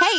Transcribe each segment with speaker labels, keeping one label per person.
Speaker 1: Hey,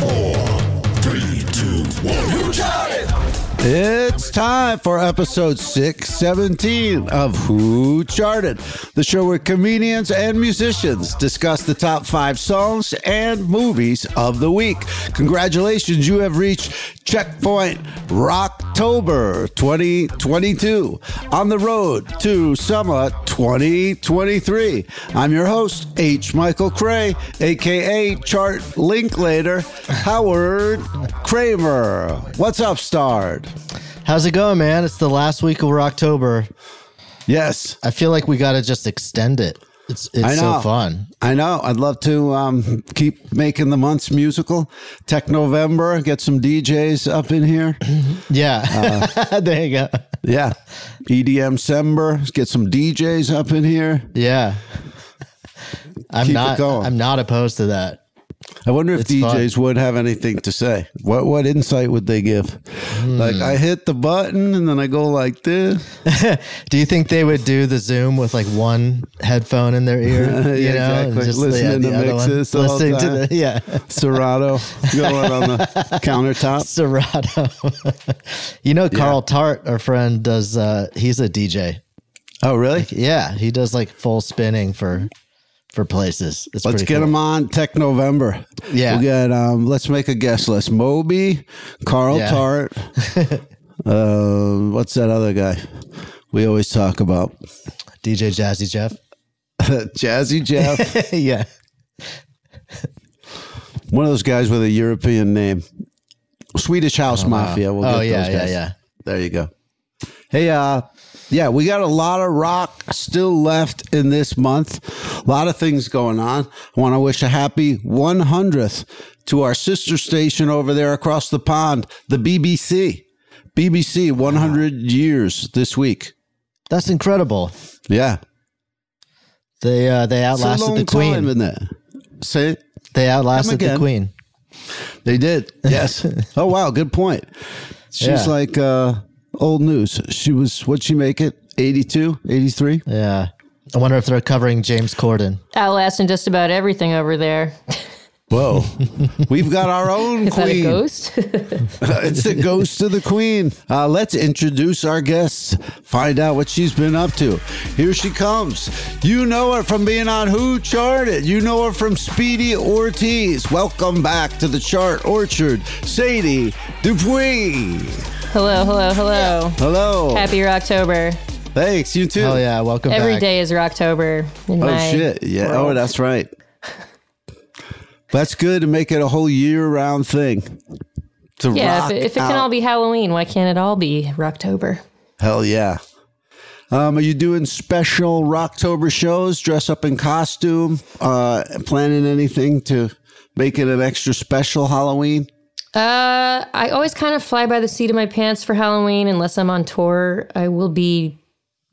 Speaker 2: four, three, two, one. You got it.
Speaker 3: It's time for episode 617 of Who Charted, the show where comedians and musicians discuss the top five songs and movies of the week. Congratulations, you have reached checkpoint Rocktober 2022 on the road to summer 2023. I'm your host, H. Michael Cray, aka Chart Linklater, Howard Kramer. What's up, Starred?
Speaker 4: How's it going, man? It's the last week of October.
Speaker 3: Yes.
Speaker 4: I feel like we got to just extend it. It's it's
Speaker 3: I know.
Speaker 4: so fun.
Speaker 3: I know. I'd love to um, keep making the months musical. Tech November, get some DJs up in here.
Speaker 4: Yeah.
Speaker 3: Uh-huh.
Speaker 4: there you go.
Speaker 3: Yeah. EDM Sember, get some DJs up in here.
Speaker 4: Yeah. I'm
Speaker 3: Keep it
Speaker 4: not
Speaker 3: going.
Speaker 4: I'm not opposed to that.
Speaker 3: I wonder if
Speaker 4: It's
Speaker 3: DJs would have anything to say. What what insight would they give?
Speaker 4: Hmm.
Speaker 3: Like I hit the button and then I go like this.
Speaker 4: Do you think they would do the Zoom with like one headphone in their ear, you
Speaker 3: Yeah,
Speaker 4: know, and
Speaker 3: exactly.
Speaker 4: just
Speaker 3: Listening
Speaker 4: the,
Speaker 3: to
Speaker 4: the other one,
Speaker 3: mixes the whole
Speaker 4: listening
Speaker 3: time.
Speaker 4: to the yeah.
Speaker 3: Serato going on the countertop.
Speaker 4: Serato. you know Carl Tart, our friend does uh he's a DJ.
Speaker 3: Oh really?
Speaker 4: Yeah, he does like full spinning for for places. It's
Speaker 3: Let's
Speaker 4: pretty
Speaker 3: get
Speaker 4: cool.
Speaker 3: them on Tech November.
Speaker 4: Yeah.
Speaker 3: We got um let's make a guest list. Moby, Carl
Speaker 4: Yeah.
Speaker 3: Tart. uh, what's that other guy we always talk about?
Speaker 4: DJ Jazzy Jeff.
Speaker 3: Jazzy Jeff.
Speaker 4: yeah.
Speaker 3: One of those guys with a European name. Swedish House Mafia. We'll
Speaker 4: Oh
Speaker 3: get
Speaker 4: yeah,
Speaker 3: those
Speaker 4: yeah,
Speaker 3: guys.
Speaker 4: yeah.
Speaker 3: There you go. Hey, uh, yeah, we got a lot of rock still left in this month. A lot of things going on. I want to wish a happy 100th to our sister station over there across the pond, the BBC. BBC 100 years this week.
Speaker 4: That's incredible.
Speaker 3: Yeah.
Speaker 4: They uh, they
Speaker 3: It's a
Speaker 4: outlasted
Speaker 3: long
Speaker 4: the queen.
Speaker 3: time in there. Say it.
Speaker 4: they
Speaker 3: Come
Speaker 4: outlasted the
Speaker 3: again.
Speaker 4: queen.
Speaker 3: They did. Yes. oh wow, good point. She's
Speaker 4: Yeah.
Speaker 3: like uh old news. She was what'd she make it? 82, 83?
Speaker 4: Yeah. I wonder if they're covering James Corden.
Speaker 5: outlasting just about everything over there.
Speaker 3: Whoa. We've got our own
Speaker 5: Is that a
Speaker 3: queen.
Speaker 5: ghost?
Speaker 3: it's the ghost of the queen. Uh, let's introduce our guests, find out what she's been up to. Here she comes. You know her from being on Who Charted. You know her from Speedy Ortiz. Welcome back to the chart orchard, Sadie Dupuis.
Speaker 5: hello, hello, hello.
Speaker 3: Hello.
Speaker 5: Happy Rocktober.
Speaker 3: Thanks. You too.
Speaker 4: Oh yeah, welcome
Speaker 5: Every
Speaker 4: back.
Speaker 5: day is Rocktober. In
Speaker 3: Oh
Speaker 5: my
Speaker 3: shit! Yeah. Oh,
Speaker 5: world.
Speaker 3: that's right. That's good to make it a whole year-round thing. To
Speaker 5: Yeah,
Speaker 3: rock
Speaker 5: if it, if it can
Speaker 3: out.
Speaker 5: all be Halloween, why can't it all be Rocktober?
Speaker 3: hell yeah. Um, are you doing special Rocktober shows? Dress up in costume? Uh, planning anything to make it an extra special Halloween?
Speaker 5: Uh, I always kind of fly by the seat of my pants for Halloween unless I'm on tour. I will be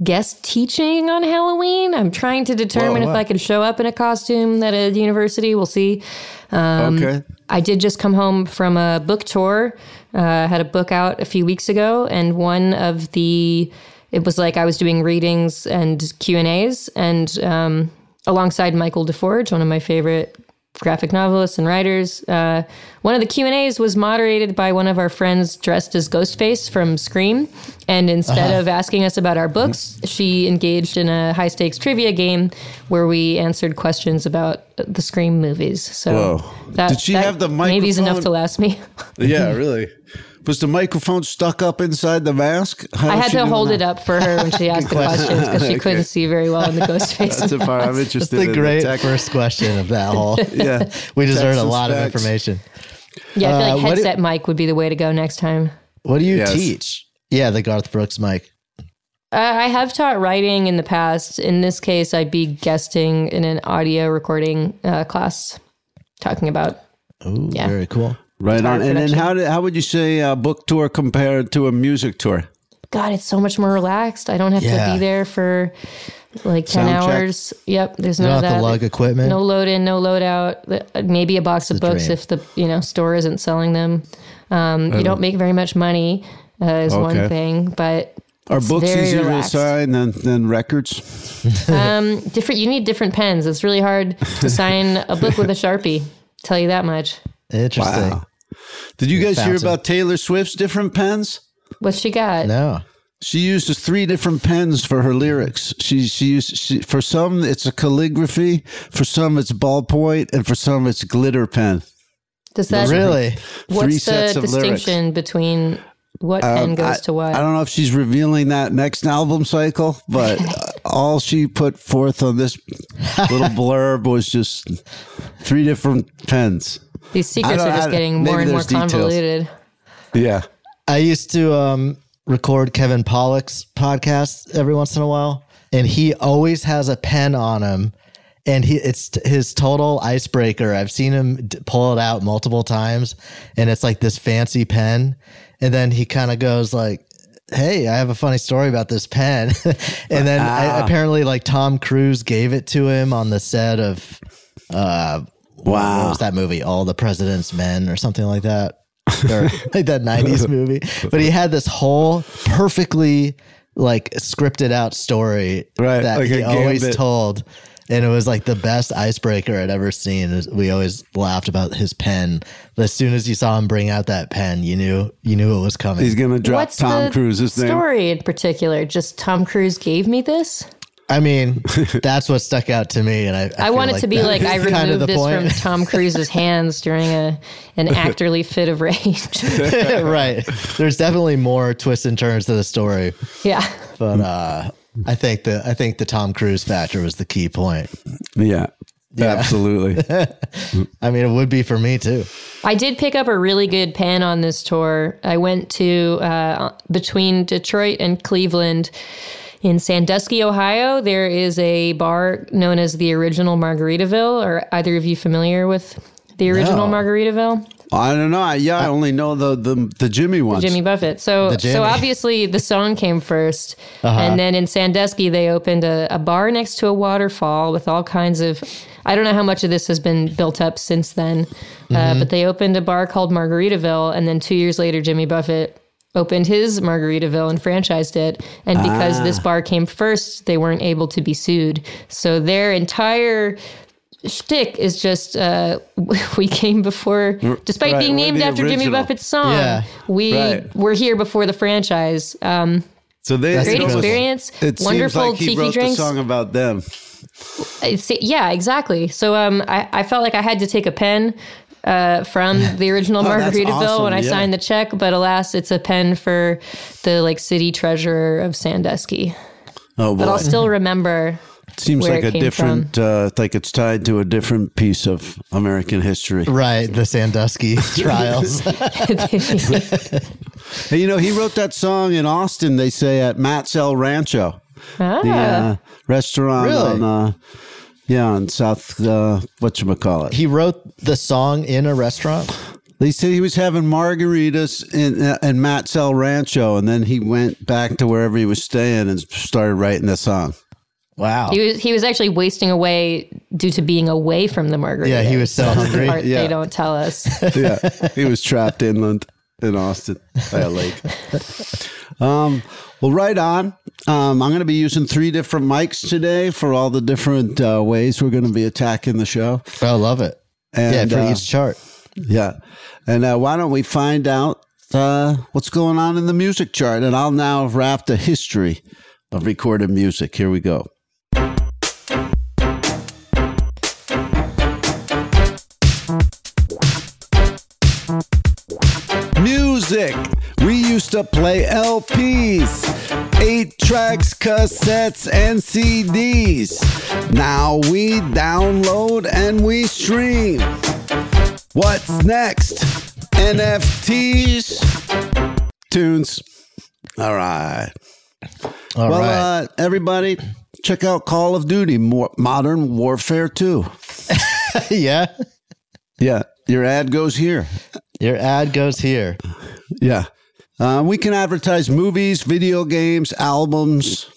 Speaker 5: guest teaching on Halloween. I'm trying to determine if I can show up in a costume at a university. We'll see. Um,
Speaker 3: okay.
Speaker 5: I did just come home from a book tour. Uh, I had a book out a few weeks ago, and one of the it was like I was doing readings and Q and A's, and um, alongside Michael DeForge, one of my favorite graphic novelists and writers. Uh, one of the Q and A's was moderated by one of our friends dressed as Ghostface from Scream, and instead of asking us about our books, she engaged in a high stakes trivia game where we answered questions about the Scream movies. So
Speaker 3: Whoa. Did she have the
Speaker 5: Maybe is enough
Speaker 3: microphone?
Speaker 5: to last me.
Speaker 3: Yeah, really. Was the microphone stuck up inside the mask? How
Speaker 5: I
Speaker 3: did
Speaker 5: had
Speaker 3: you
Speaker 5: to
Speaker 3: do
Speaker 5: hold
Speaker 3: that?
Speaker 5: it up for her when she asked the questions because she couldn't see very well in the ghost face.
Speaker 3: That's the part I'm
Speaker 4: That's
Speaker 3: interested
Speaker 4: the
Speaker 3: in.
Speaker 4: great
Speaker 3: tech-
Speaker 4: first question of that whole.
Speaker 3: Yeah.
Speaker 4: We just heard a
Speaker 3: Texas
Speaker 4: lot of
Speaker 3: facts.
Speaker 4: information.
Speaker 5: yeah, I feel like
Speaker 4: Uh, what do-
Speaker 5: headset mic would be the way to go next time.
Speaker 4: What do you
Speaker 3: Yes.
Speaker 4: teach? Yeah, the Garth Brooks mic.
Speaker 5: Uh, I have taught writing in the past. In this case, I'd be guesting in an audio recording uh, class, talking about.
Speaker 4: Ooh,
Speaker 5: Yeah.
Speaker 4: very cool.
Speaker 3: Right on. And then
Speaker 5: production.
Speaker 3: how did, how would you say a book tour compared to a music tour?
Speaker 5: God, it's so much more relaxed. I don't have to
Speaker 4: Yeah.
Speaker 5: be there for like ten
Speaker 3: Sound check.
Speaker 5: hours. Yep, there's
Speaker 4: You
Speaker 5: none
Speaker 4: don't
Speaker 5: of
Speaker 4: have
Speaker 5: that.
Speaker 4: to lug equipment.
Speaker 5: no load in, no load out. The- uh, Maybe a box of
Speaker 4: the
Speaker 5: books
Speaker 4: dream.
Speaker 5: if the you know store isn't selling them. Um, you don't make very much money uh, is
Speaker 3: Oh. Okay.
Speaker 5: one thing, but
Speaker 3: Are
Speaker 5: It's
Speaker 3: books
Speaker 5: very
Speaker 3: easier
Speaker 5: relaxed.
Speaker 3: to sign than, than records?
Speaker 5: um, different. You need different pens. It's really hard to sign a book with a sharpie. Tell you that much.
Speaker 4: Interesting.
Speaker 3: Wow. Did you guys hear
Speaker 4: Fountain.
Speaker 3: about Taylor Swift's different pens?
Speaker 5: What she got?
Speaker 4: No.
Speaker 3: She uses three different pens for her lyrics. She she used she, for some it's a calligraphy, for some it's ballpoint, and for some it's glitter pen.
Speaker 5: Does that
Speaker 4: really?
Speaker 5: What's
Speaker 3: Three
Speaker 5: the
Speaker 3: sets of
Speaker 5: distinction between what pen goes
Speaker 3: Um, I,
Speaker 5: to what?
Speaker 3: I don't know if she's revealing that next album cycle, but uh, all she put forth on this little blurb was just three different pens.
Speaker 5: These secrets
Speaker 3: don't-
Speaker 5: are
Speaker 3: I
Speaker 5: just
Speaker 3: don't-
Speaker 5: getting
Speaker 3: maybe
Speaker 5: more and more
Speaker 3: there's details.
Speaker 5: convoluted.
Speaker 3: Yeah.
Speaker 4: I used to um, record Kevin Pollock's podcast every once in a while, and he always has a pen on him, and he it's t- his total icebreaker. I've seen him d- pull it out multiple times, and it's like this fancy pen, and then he kind of goes like. Hey, I have a funny story about this pen, and then I, apparently, like Tom Cruise gave it to him on the set of, uh, what
Speaker 3: Wow.
Speaker 4: was that movie? All the President's Men or something like that. Or like that 90s movie. But he had this whole perfectly like scripted out story
Speaker 3: Right,
Speaker 4: that
Speaker 3: like
Speaker 4: he
Speaker 3: a
Speaker 4: always
Speaker 3: gambit.
Speaker 4: told. And it was like the best icebreaker I'd ever seen. We always laughed about his pen. As soon as you saw him bring out that pen, you knew you knew it was coming.
Speaker 3: He's gonna drop
Speaker 5: What's
Speaker 3: Tom
Speaker 5: the
Speaker 3: Cruise's name.
Speaker 5: story in particular? Just Tom Cruise gave me this.
Speaker 4: I mean, that's what stuck out to me. And I,
Speaker 5: I,
Speaker 4: feel
Speaker 5: want it to be
Speaker 4: that
Speaker 5: like
Speaker 4: is
Speaker 5: I removed
Speaker 4: kind of the
Speaker 5: this
Speaker 4: point.
Speaker 5: from Tom Cruise's hands during a an actorly fit of rage.
Speaker 4: right. There's definitely more twists and turns to the story.
Speaker 5: yeah,
Speaker 4: But uh, I think the I think the Tom Cruise factor was the key point.
Speaker 3: Yeah. Absolutely.
Speaker 4: I mean, it would be for me too.
Speaker 5: I did pick up a really good pen on this tour. I went to uh, between Detroit and Cleveland. In Sandusky, Ohio, there is a bar known as the Original Margaritaville. Are either of you familiar with the Original
Speaker 4: No.
Speaker 5: Margaritaville?
Speaker 3: I don't know. I, yeah, I only know the the, the Jimmy ones.
Speaker 5: Jimmy Buffett. So
Speaker 4: Jimmy.
Speaker 5: so obviously the song came 1st
Speaker 3: Uh-huh.
Speaker 5: and then in Sandusky they opened a, a bar next to a waterfall with all kinds of. I don't know how much of this has been built up since then,
Speaker 3: Mm-hmm.
Speaker 5: uh, but they opened a bar called Margaritaville, and then two years later Jimmy Buffett opened his Margaritaville and franchised it. And because
Speaker 3: Ah.
Speaker 5: this bar came first, they weren't able to be sued. So their entire shtick is just uh, we came before, despite
Speaker 3: right,
Speaker 5: being
Speaker 3: we're
Speaker 5: named
Speaker 3: the
Speaker 5: after Jimmy
Speaker 3: original.
Speaker 5: Buffett's song.
Speaker 4: Yeah.
Speaker 5: We
Speaker 3: Right.
Speaker 5: were here before the franchise. Um,
Speaker 3: so they
Speaker 4: That's
Speaker 5: great
Speaker 4: incredible.
Speaker 5: experience.
Speaker 3: It
Speaker 5: wonderful
Speaker 3: seems like he
Speaker 5: tiki
Speaker 3: wrote
Speaker 5: drinks. Uh,
Speaker 3: the song about them.
Speaker 5: It's- yeah, exactly. So um, I, I felt like I had to take a pen uh, from the original
Speaker 3: Oh, that's
Speaker 5: Margaritaville
Speaker 3: awesome,
Speaker 5: when I
Speaker 3: yeah.
Speaker 5: signed the check, but alas, it's a pen for the like city treasurer of Sandusky.
Speaker 3: Oh boy!
Speaker 5: But I'll still remember.
Speaker 3: seems
Speaker 5: where
Speaker 3: like
Speaker 5: it
Speaker 3: a
Speaker 5: came
Speaker 3: different, uh, like it's tied to a different piece of American history.
Speaker 4: Right, the Sandusky trials.
Speaker 5: Ah.
Speaker 3: Hey, you know, he wrote that song in Austin. They say at Matt's El Rancho,
Speaker 5: Ah,
Speaker 3: the uh, restaurant
Speaker 4: Really?
Speaker 3: on, uh, yeah, on South. Uh, what you call it?
Speaker 4: he wrote the song in a restaurant.
Speaker 3: They said he was having margaritas in uh, in Matt's El Rancho, and then he went back to wherever he was staying and started writing the song.
Speaker 4: Wow.
Speaker 5: he was he was actually wasting away due to being away from the Margarita.
Speaker 4: yeah, he was so
Speaker 5: the
Speaker 4: hungry.
Speaker 5: part
Speaker 3: yeah.
Speaker 5: they don't tell us.
Speaker 3: yeah, he was trapped inland in Austin by a lake. Um, well, right on. Um, I'm going to be using three different mics today for all the different uh, ways we're going to be attacking the show.
Speaker 4: I love it.
Speaker 3: And,
Speaker 4: yeah, for
Speaker 3: uh,
Speaker 4: each chart.
Speaker 3: Yeah, and uh, why don't we find out uh, what's going on in the music chart? And I'll now wrap the history of recorded music. Here we go. Music. used to play LPs, eight tracks, cassettes, and CDs. Now we download and we stream. What's next? NFTs? Tunes. All right.
Speaker 4: All
Speaker 3: well,
Speaker 4: right.
Speaker 3: uh, everybody, check out Call of Duty Mo- Modern Warfare 2.
Speaker 4: uh, yeah.
Speaker 3: Yeah, your ad goes here.
Speaker 4: Your ad goes here.
Speaker 3: Yeah. Uh, we can advertise movies, video games, albums,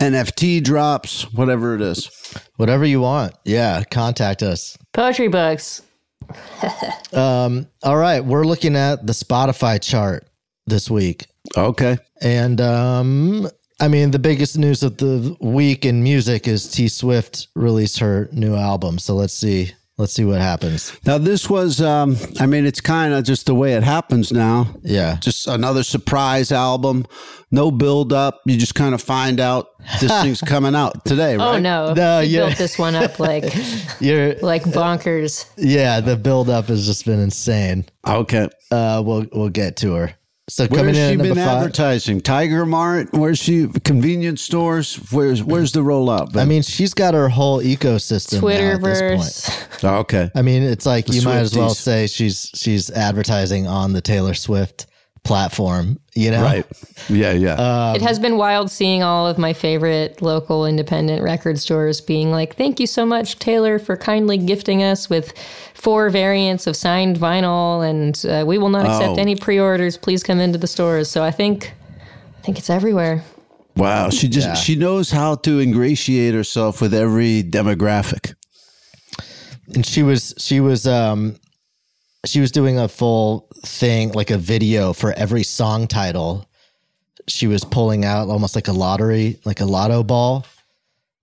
Speaker 3: NFT drops, whatever it is.
Speaker 4: Whatever you want. Yeah. Contact us.
Speaker 5: Poetry books.
Speaker 4: All right. We're looking at the Spotify chart this week.
Speaker 3: Okay.
Speaker 4: And um I mean the biggest news of the week in music is T Swift released her new album. So let's see let's see what happens.
Speaker 3: Now, this was, um, I mean, it's kind of just the way it happens now.
Speaker 4: Yeah.
Speaker 3: Just another surprise album, no build up. You just kind of find out this thing's coming out today,
Speaker 5: Oh
Speaker 3: right?
Speaker 5: no,
Speaker 4: No,
Speaker 5: He
Speaker 4: yeah.
Speaker 5: built this one up like
Speaker 4: You're
Speaker 5: like bonkers.
Speaker 4: yeah, the build up has just been insane.
Speaker 3: Okay.
Speaker 4: Uh we'll we'll get to her. So coming
Speaker 3: Where's
Speaker 4: in
Speaker 3: she
Speaker 4: at number
Speaker 3: been
Speaker 4: five.
Speaker 3: advertising? Tiger Mart? Where's she? Convenience stores? Where's Where's the roll up?
Speaker 4: I mean, she's got her whole ecosystem. Twitter at this point.
Speaker 5: Twitterverse.
Speaker 3: okay.
Speaker 4: I mean, it's like you might as well
Speaker 3: Swifties.
Speaker 4: say she's she's advertising on the Taylor Swift platform, you know?
Speaker 3: Right. Yeah, Uh, yeah.
Speaker 5: it
Speaker 3: Um,
Speaker 5: has been wild seeing all of my favorite local independent record stores being like, "Thank you so much, Taylor, for kindly gifting us with four variants of signed vinyl, and uh, we will not accept
Speaker 3: Oh.
Speaker 5: any pre-orders. Please come into the stores." So I think, I think it's everywhere.
Speaker 3: wow. She just she knows how to ingratiate herself with every demographic.
Speaker 4: and she was she was um she was doing a full thing like a video for every song title she was pulling out almost like a lottery like a lotto ball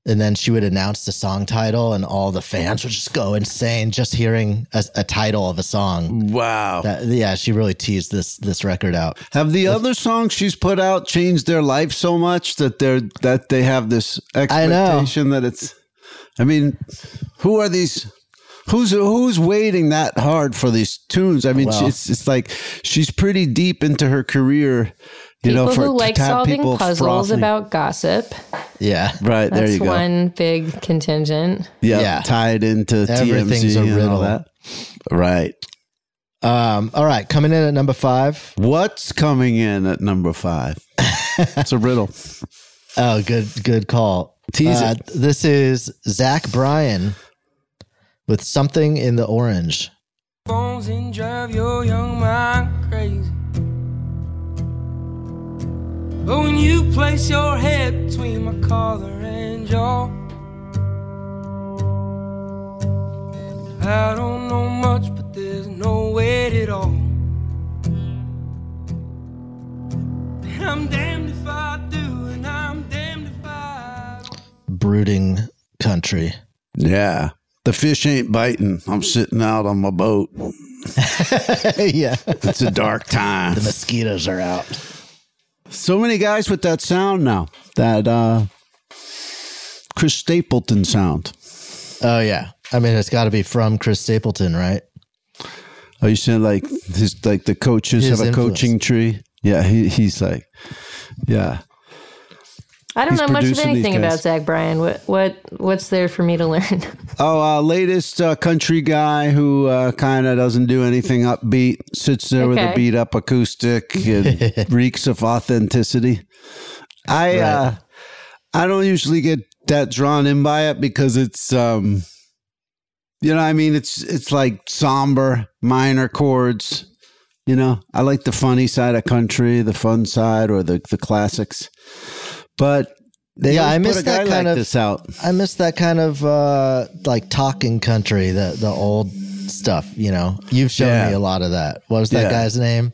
Speaker 4: and then she would announce the song title and all the fans would just go insane just hearing a, a title of a song
Speaker 3: Wow.
Speaker 4: that, yeah she really teased this this record out
Speaker 3: have the other songs she's put out changed their life so much that they're that they have this
Speaker 4: know.
Speaker 3: expectation that it's I mean, who are these Who's, who's waiting that hard for these tunes? I mean,
Speaker 4: Well.
Speaker 3: she- it's, it's like she's pretty deep into her career, you
Speaker 5: People
Speaker 3: know, for
Speaker 5: who
Speaker 3: to
Speaker 5: like
Speaker 3: have
Speaker 5: solving
Speaker 3: people
Speaker 5: puzzles
Speaker 3: frothing.
Speaker 5: about gossip.
Speaker 4: yeah
Speaker 3: right there.
Speaker 5: That's
Speaker 3: You go.
Speaker 5: one big contingent.
Speaker 3: Yeah,
Speaker 4: Yeah.
Speaker 3: tied into TMZ
Speaker 4: Everything's a
Speaker 3: and
Speaker 4: riddle.
Speaker 3: all that. Right.
Speaker 4: um all right coming in at number five
Speaker 3: What's coming in at number five? it's a riddle.
Speaker 4: Oh, good, good call.
Speaker 3: Tease
Speaker 4: Uh, This is Zach Bryan with something in the orange.
Speaker 6: phones and drive your young mind crazy. But when you place your head between my collar and jaw, I don't know much, but there's no weight at all. And I'm damned if I do, and I'm damned if I don't.
Speaker 4: Brooding country.
Speaker 3: Yeah. The fish ain't biting. I'm sitting out on my boat.
Speaker 4: yeah.
Speaker 3: It's a dark time.
Speaker 4: Mosquitoes are out.
Speaker 3: so many guys with that sound now. That uh Chris Stapleton sound.
Speaker 4: Oh, yeah. I mean, it's got to be from Chris Stapleton, right?
Speaker 3: Oh, you saying like his like the coaches
Speaker 4: His
Speaker 3: have a
Speaker 4: influence.
Speaker 3: coaching tree? Yeah, he, he's like yeah.
Speaker 5: I don't
Speaker 3: He's
Speaker 5: know much of
Speaker 3: producing these
Speaker 5: anything
Speaker 3: guys.
Speaker 5: about Zach Bryan. What what what's there for me to learn?
Speaker 3: Oh, uh, latest uh, country guy who uh, kind of doesn't do anything upbeat, sits there with a
Speaker 5: Okay.
Speaker 3: beat up acoustic and reeks of authenticity. I uh, I don't usually get that drawn in by it because it's um, you know what I mean it's it's like somber minor chords. You know, I like the funny side of country, the fun side, or the the classics. But they
Speaker 4: Yeah,
Speaker 3: always
Speaker 4: I miss
Speaker 3: put a
Speaker 4: that
Speaker 3: guy
Speaker 4: kind
Speaker 3: like
Speaker 4: of-
Speaker 3: this out.
Speaker 4: I miss that kind of uh, like talking country, the, the old stuff, you know? You've shown
Speaker 3: Yeah.
Speaker 4: me a lot of that. What was that
Speaker 3: Yeah.
Speaker 4: guy's name?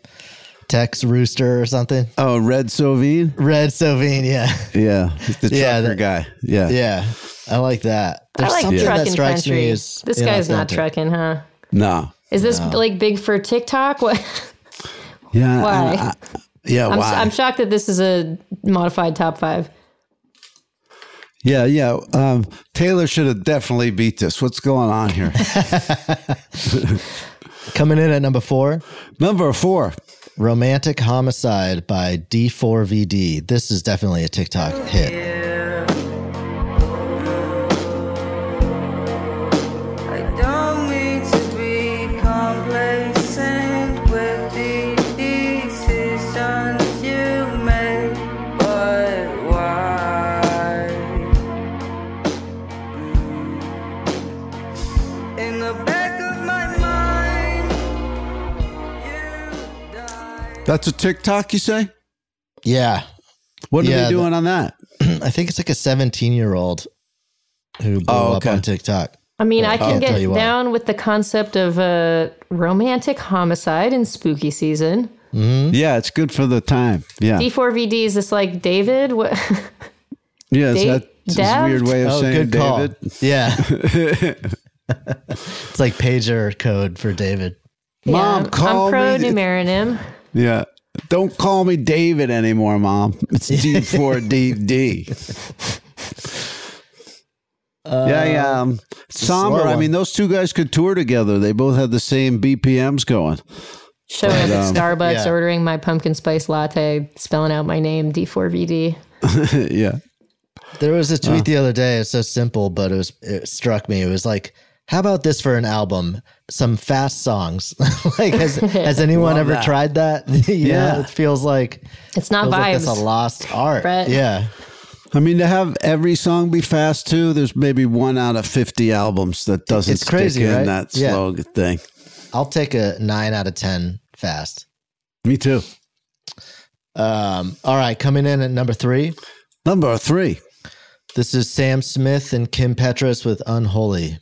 Speaker 4: Tex Rooster or something?
Speaker 3: Oh, Red Sovine.
Speaker 4: Red Sovine, yeah.
Speaker 3: Yeah, he's the
Speaker 4: Yeah,
Speaker 3: trucker
Speaker 4: that-
Speaker 3: guy. Yeah,
Speaker 4: Yeah, I like that.
Speaker 5: I
Speaker 4: There's
Speaker 5: like
Speaker 4: something that
Speaker 5: trucking
Speaker 4: strikes
Speaker 5: country.
Speaker 4: me as
Speaker 5: this guy's not
Speaker 4: inauthentic.
Speaker 5: trucking, huh?
Speaker 3: No,
Speaker 5: Is this like big for TikTok? What?
Speaker 3: yeah,
Speaker 5: Why?
Speaker 3: I- I- yeah,
Speaker 5: I'm,
Speaker 3: why?
Speaker 5: I'm shocked that this is a modified top five.
Speaker 3: yeah, yeah. Um, Taylor should have definitely beat this. What's going on here?
Speaker 4: Coming in at number four,
Speaker 3: Number four.
Speaker 4: Romantic Homicide by D4VD. This is definitely a TikTok hit.
Speaker 6: I don't mean to be complacent with the decisions you make, but why? Mm. In the back of my mind, you die.
Speaker 3: That's a TikTok, you say?
Speaker 4: Yeah.
Speaker 3: What are
Speaker 4: Yeah,
Speaker 3: they doing on that?
Speaker 4: I think it's like a 17 year old who blew
Speaker 3: Oh, okay.
Speaker 4: up on TikTok.
Speaker 5: I mean, I
Speaker 4: I'll
Speaker 5: can
Speaker 4: tell
Speaker 5: get
Speaker 4: you what.
Speaker 5: down with the concept of a romantic homicide in spooky season.
Speaker 4: Hmm?
Speaker 3: Yeah, it's good for the time. Yeah.
Speaker 5: D4VD is this like David? What?
Speaker 3: Yeah, it's
Speaker 5: Date
Speaker 3: that it's this
Speaker 5: Daft?
Speaker 3: weird way of
Speaker 4: Oh,
Speaker 3: saying
Speaker 4: good call.
Speaker 3: David.
Speaker 4: Yeah. it's like pager code for David.
Speaker 3: Mom,
Speaker 5: I'm-
Speaker 3: call
Speaker 5: I'm pro
Speaker 3: me.
Speaker 5: numerinim.
Speaker 3: Yeah. Don't call me David anymore, Mom. It's D4DD.
Speaker 4: Uh,
Speaker 3: yeah, yeah. Um, somber.
Speaker 4: slow
Speaker 3: I mean,
Speaker 4: one.
Speaker 3: those two guys could tour together. They both had the same BPMs going.
Speaker 5: Showing up at Starbucks,
Speaker 4: yeah.
Speaker 5: ordering my pumpkin spice latte, spelling out my name, D4VD.
Speaker 3: yeah.
Speaker 4: There was a tweet the other day. It's so simple, but it was it struck me. It was like, how about this for an album? Some fast songs. like, has, has anyone ever tried that? yeah,
Speaker 3: Yeah.
Speaker 4: it feels like
Speaker 5: It's not
Speaker 4: feels like
Speaker 5: vibes.
Speaker 4: that's a lost art.
Speaker 5: Brett.
Speaker 4: Yeah,
Speaker 3: I mean, to have every song be fast too, there's maybe one out of 50 albums that doesn't
Speaker 4: It's crazy,
Speaker 3: stick in
Speaker 4: right?
Speaker 3: that
Speaker 4: Yeah.
Speaker 3: slogan thing.
Speaker 4: I'll take a nine out of ten fast.
Speaker 3: Me too.
Speaker 4: Um, all right, coming in at number three.
Speaker 3: Number three.
Speaker 4: This is Sam Smith and Kim Petras with Unholy.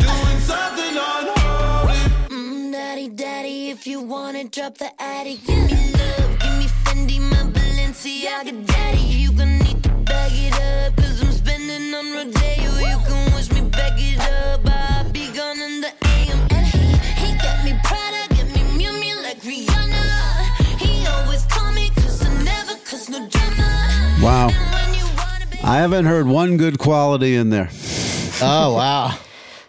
Speaker 6: Doing something unholy.
Speaker 7: Daddy, daddy, if you wanna drop the attic, give me love, give me Fendi, my Balenciaga daddy. You gonna need to bag it up, cause I'm spending on Rodeo. You can wish me back it up, I'll be gone in the AM. And he, he got me Prada, got me Miu Miu like Rihanna. He always call me, cause I never cause no drama.
Speaker 3: Wow.
Speaker 7: And when you wanna be
Speaker 3: I haven't heard one good quality in there.
Speaker 4: Oh wow,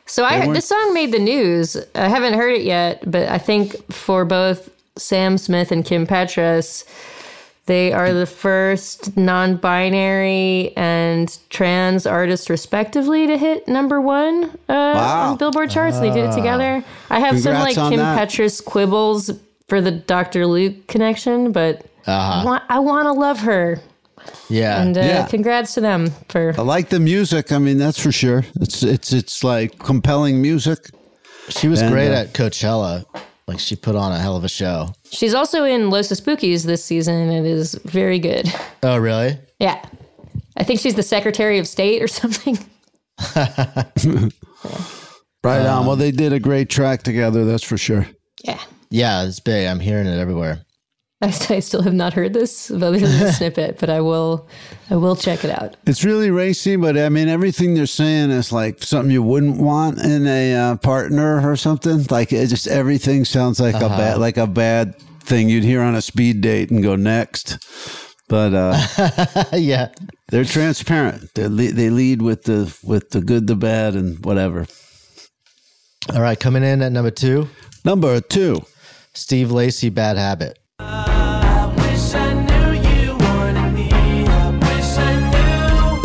Speaker 5: So I heard this song made the news. I haven't heard it yet, but I think for both Sam Smith and Kim Petras, they are the first non-binary and trans artists, respectively, to hit number one uh, on Billboard charts. They did it together. I have some
Speaker 3: Ah. Congrats
Speaker 5: like
Speaker 3: on
Speaker 5: Kim
Speaker 3: that.
Speaker 5: Petras quibbles for the Dr. Luke connection, but I want I want to love her.
Speaker 4: yeah,
Speaker 5: And uh,
Speaker 3: Uh-huh. Yeah.
Speaker 5: congrats to them for
Speaker 3: I like the music. I mean, that's for sure. It's it's it's like compelling music.
Speaker 4: she was
Speaker 3: and,
Speaker 4: great
Speaker 3: uh,
Speaker 4: at Coachella. Like she put on a hell of a show.
Speaker 5: She's also in Los Spookies this season and is very good.
Speaker 4: Oh really?
Speaker 5: Yeah. I think she's the Secretary of State or something.
Speaker 3: Right on. Well, they did a great track together. That's for sure.
Speaker 5: Yeah.
Speaker 4: Yeah, it's big. I'm hearing it everywhere.
Speaker 5: I, s- I still have not heard this other than the snippet, but I will I will check it out.
Speaker 3: It's really racy, but I mean, everything they're saying is like something you wouldn't want in a uh, partner or something. Like it just everything sounds like a bad like a bad thing you'd hear on a speed date and go next. But uh,
Speaker 4: yeah.
Speaker 3: they're transparent. They le- they lead with the with the good, the bad, and whatever.
Speaker 4: All right, coming in at number two,
Speaker 3: Number two.
Speaker 4: Steve Lacy, Bad Habit.
Speaker 6: Wish I knew you wanted me. I wish I knew.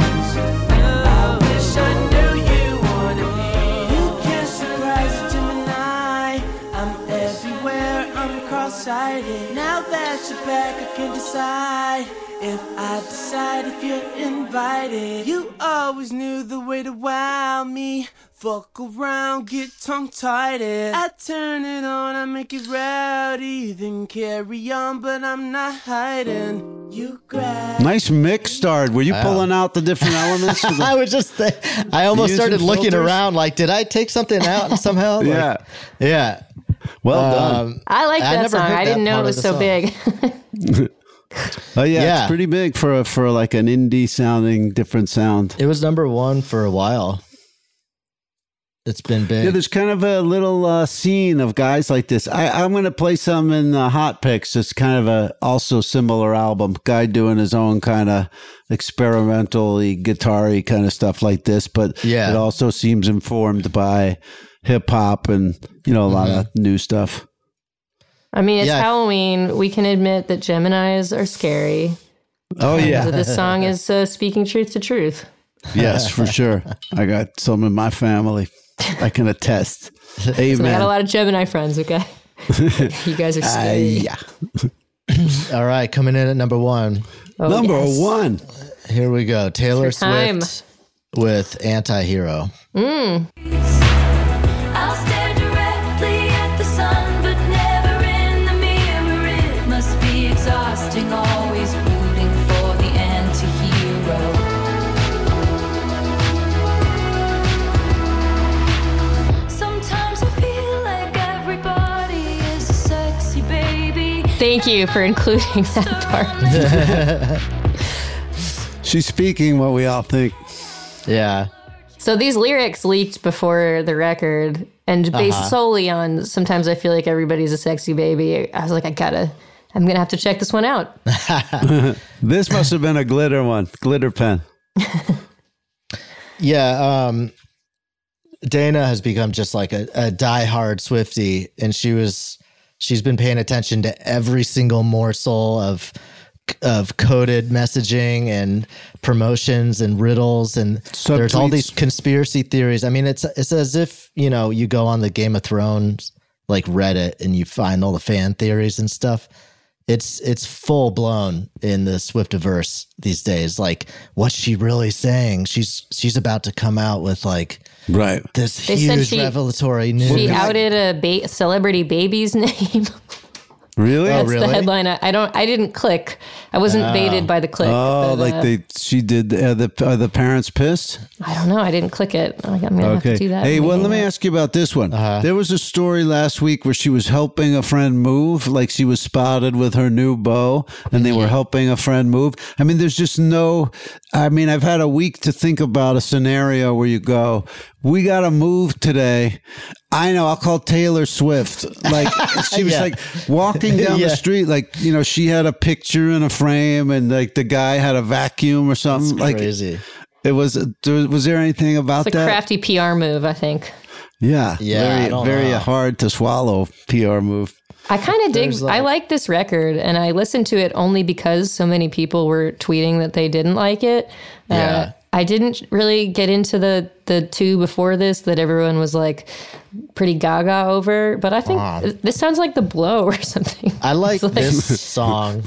Speaker 6: I wish I knew you wanted me. You can't surprise Gemini. I'm everywhere. I'm cross-sighted. Now that you're back, I can decide if I decide if you're invited. You always knew the way to wow me. Fuck around, get tongue-tied. I turn it on, I make it rowdy, then carry on, but I'm not hiding. You grab.
Speaker 3: Nice mix starred. Were you pulling out the different elements? of the-
Speaker 4: I was just, th- I almost
Speaker 3: Using
Speaker 4: started looking
Speaker 3: filters?
Speaker 4: around like, did I take something out somehow? Like,
Speaker 3: Yeah.
Speaker 4: Yeah.
Speaker 3: Well done.
Speaker 4: Um,
Speaker 5: I like
Speaker 4: I
Speaker 5: that
Speaker 4: never
Speaker 5: song.
Speaker 4: heard
Speaker 5: I didn't
Speaker 4: that
Speaker 5: know
Speaker 4: part
Speaker 5: it
Speaker 4: of
Speaker 5: was
Speaker 4: the
Speaker 5: so
Speaker 4: song.
Speaker 5: big.
Speaker 3: Oh yeah,
Speaker 4: Yeah.
Speaker 3: it's pretty big for a, for like an indie sounding different sound.
Speaker 4: it was number one for a while. It's been big.
Speaker 3: Yeah, there's kind of a little uh, scene of guys like this. I, I'm going to play some in the Hot Picks. It's kind of a also similar album. Guy doing his own kind of experimentally guitar-y kind of stuff like this, but
Speaker 4: Yeah.
Speaker 3: it also seems
Speaker 4: Mm-hmm.
Speaker 3: informed by hip hop and you know a lot of new stuff.
Speaker 5: I mean, it's
Speaker 4: Yeah.
Speaker 5: Halloween. We can admit that Geminis are scary.
Speaker 3: Oh
Speaker 5: So
Speaker 3: yeah,
Speaker 5: this song is uh, speaking truth to truth.
Speaker 3: yes, for sure. I got some in my family. I can attest.
Speaker 5: So I got a
Speaker 3: Amen.
Speaker 5: lot of Gemini friends. Okay, you guys are scary.
Speaker 3: Yeah.
Speaker 4: All right, coming in at number one.
Speaker 5: Oh,
Speaker 3: Number
Speaker 5: yes.
Speaker 3: one.
Speaker 4: Here we go. Taylor
Speaker 5: It's your time.
Speaker 4: Swift with Antihero.
Speaker 7: I'll stare directly at the sun, but never in the mirror. It must be exhausting, always rooting for the anti hero. Sometimes I feel like everybody is a sexy baby.
Speaker 5: Thank you for including that part.
Speaker 3: She's speaking what we all think.
Speaker 4: Yeah.
Speaker 5: So these lyrics leaked before the record and based
Speaker 3: Uh-huh.
Speaker 5: solely on sometimes I feel like everybody's a sexy baby. I was like, I gotta, I'm gonna have to check this one out.
Speaker 3: This must have been a glitter one, glitter pen.
Speaker 4: Yeah. Um, Dana has become just like a, a diehard Swifty, and she was she's been paying attention to every single morsel of of coded messaging and promotions and riddles and there's all
Speaker 3: Subtweets.
Speaker 4: these conspiracy theories. I mean, it's it's as if you know you go on the Game of Thrones like Reddit and you find all the fan theories and stuff. It's it's full blown in the Swiftiverse these days. Like, what's she really saying? She's she's about to come out with like
Speaker 3: Right.
Speaker 4: this
Speaker 5: They said
Speaker 4: huge
Speaker 5: she-
Speaker 4: revelatory news.
Speaker 5: She outed a ba- celebrity baby's name.
Speaker 3: Oh, Really?
Speaker 4: Oh,
Speaker 3: Oh,
Speaker 5: That's the
Speaker 4: really?
Speaker 5: headline. I, I don't. I didn't click. I wasn't baited by the click. but,
Speaker 3: Oh, like
Speaker 5: uh,
Speaker 3: they she did uh, the are the parents pissed?
Speaker 5: I don't know. I didn't click it. I'm like, I'm gonna have to do that.
Speaker 3: Hey, well, let me
Speaker 5: anyway.
Speaker 3: ask you about this one. There was a story last week where she was helping a friend move, like she was spotted with her new beau, and they were helping a friend move. I mean, there's just no. I mean, I've had a week to think about a scenario where you go, "We got to move today." I know. I'll call Taylor Swift. Like she was
Speaker 4: Yeah.
Speaker 3: like walking down
Speaker 4: Yeah.
Speaker 3: the street, like you know, she had a picture in a frame, and like the guy had a vacuum or something. like
Speaker 4: Crazy.
Speaker 3: it was. there- Was there anything about
Speaker 5: It's a
Speaker 3: that?
Speaker 5: crafty PR move, I think.
Speaker 3: Yeah.
Speaker 4: Yeah, I
Speaker 3: Very,
Speaker 4: don't
Speaker 3: very
Speaker 4: know.
Speaker 3: hard to swallow PR move.
Speaker 5: I kind of dig. I like this record, and I listened to it only because so many people were tweeting that they didn't like it. Uh,
Speaker 4: Yeah.
Speaker 5: I didn't really get into the the two before this that everyone was like pretty gaga over, but I think this sounds like the blow or something.
Speaker 4: I like,
Speaker 5: It's like-
Speaker 4: this song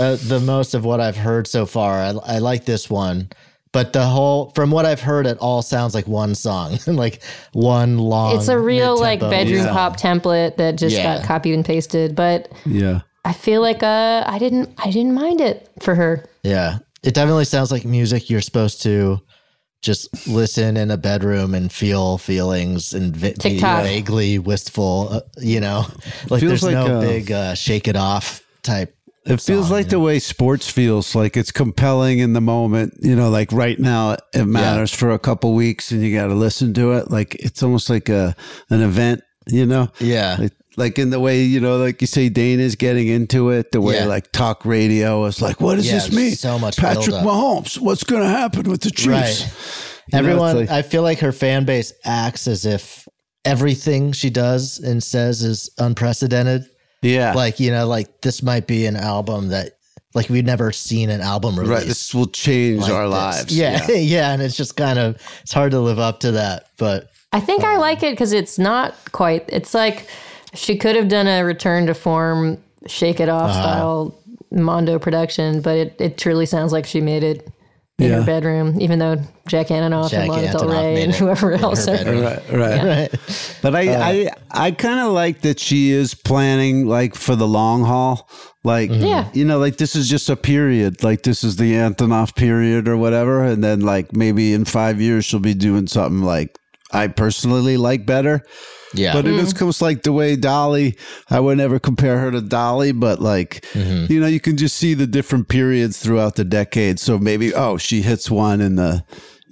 Speaker 4: uh, the most of what I've heard so far. I, I like this one, but the whole from what I've heard, it all sounds like one song, like one long.
Speaker 5: it's a real like
Speaker 4: mid-tempo
Speaker 5: bedroom
Speaker 4: song.
Speaker 5: pop template that just
Speaker 4: Yeah.
Speaker 5: got copied and pasted, but
Speaker 3: Yeah.
Speaker 5: I feel like uh I didn't I didn't mind it for her.
Speaker 4: Yeah, it definitely sounds like music you're supposed to just listen in a bedroom and feel feelings and vi- be
Speaker 5: TikTok.
Speaker 4: vaguely wistful. Uh, you know, like
Speaker 3: Feels
Speaker 4: there's
Speaker 3: like,
Speaker 4: no
Speaker 3: uh,
Speaker 4: big uh, shake it off type.
Speaker 3: It feels like the way sports feels like it's compelling in the moment, you know, like right now it matters for a couple weeks and you got to listen to it. Like it's almost like a an event, you know?
Speaker 4: Yeah.
Speaker 3: Like, like in the way, you know, like you say Dana's getting into it, the way
Speaker 4: Yeah.
Speaker 3: like talk radio is like, what does
Speaker 4: Yeah,
Speaker 3: this mean?
Speaker 4: so much
Speaker 3: Patrick
Speaker 4: buildup.
Speaker 3: Mahomes, what's going to happen with the Chiefs?
Speaker 4: Right.
Speaker 3: You know, it's
Speaker 4: Everyone,
Speaker 3: like-
Speaker 4: I feel like her fan base acts as if everything she does and says is unprecedented.
Speaker 3: yeah.
Speaker 4: Like, you know, like this might be an album that, like, we've never seen an album release.
Speaker 3: right. This will change
Speaker 4: like
Speaker 3: our
Speaker 4: this.
Speaker 3: lives.
Speaker 4: Yeah, yeah. And it's just kind of, it's hard to live up to that. But
Speaker 5: I think
Speaker 4: Um,
Speaker 5: I like it because it's not quite. It's like she could have done a return to form, shake it off
Speaker 4: Uh-huh.
Speaker 5: style Mondo production, but it, it truly sounds like she made it in her
Speaker 3: Yeah.
Speaker 5: bedroom, even though Jack Antonoff
Speaker 4: Jack
Speaker 5: and Lana Del
Speaker 4: Antonoff
Speaker 5: Rey
Speaker 4: made
Speaker 5: and
Speaker 4: it
Speaker 5: whoever else
Speaker 4: her
Speaker 5: are.
Speaker 4: bedroom.
Speaker 3: Right. Right. But I, I, I kind of like that she is planning like for the long haul. Like,
Speaker 5: Yeah.
Speaker 3: you know, like this is just a period. Like this is the Antonoff period or whatever. And then like maybe in five years she'll be doing something like I personally like better.
Speaker 4: yeah.
Speaker 3: But it is
Speaker 5: Mm-hmm.
Speaker 3: comes like the way Dolly, I would never compare her to Dolly, but like, you know, you can just see the different periods throughout the decade. So maybe, oh, she hits one in the,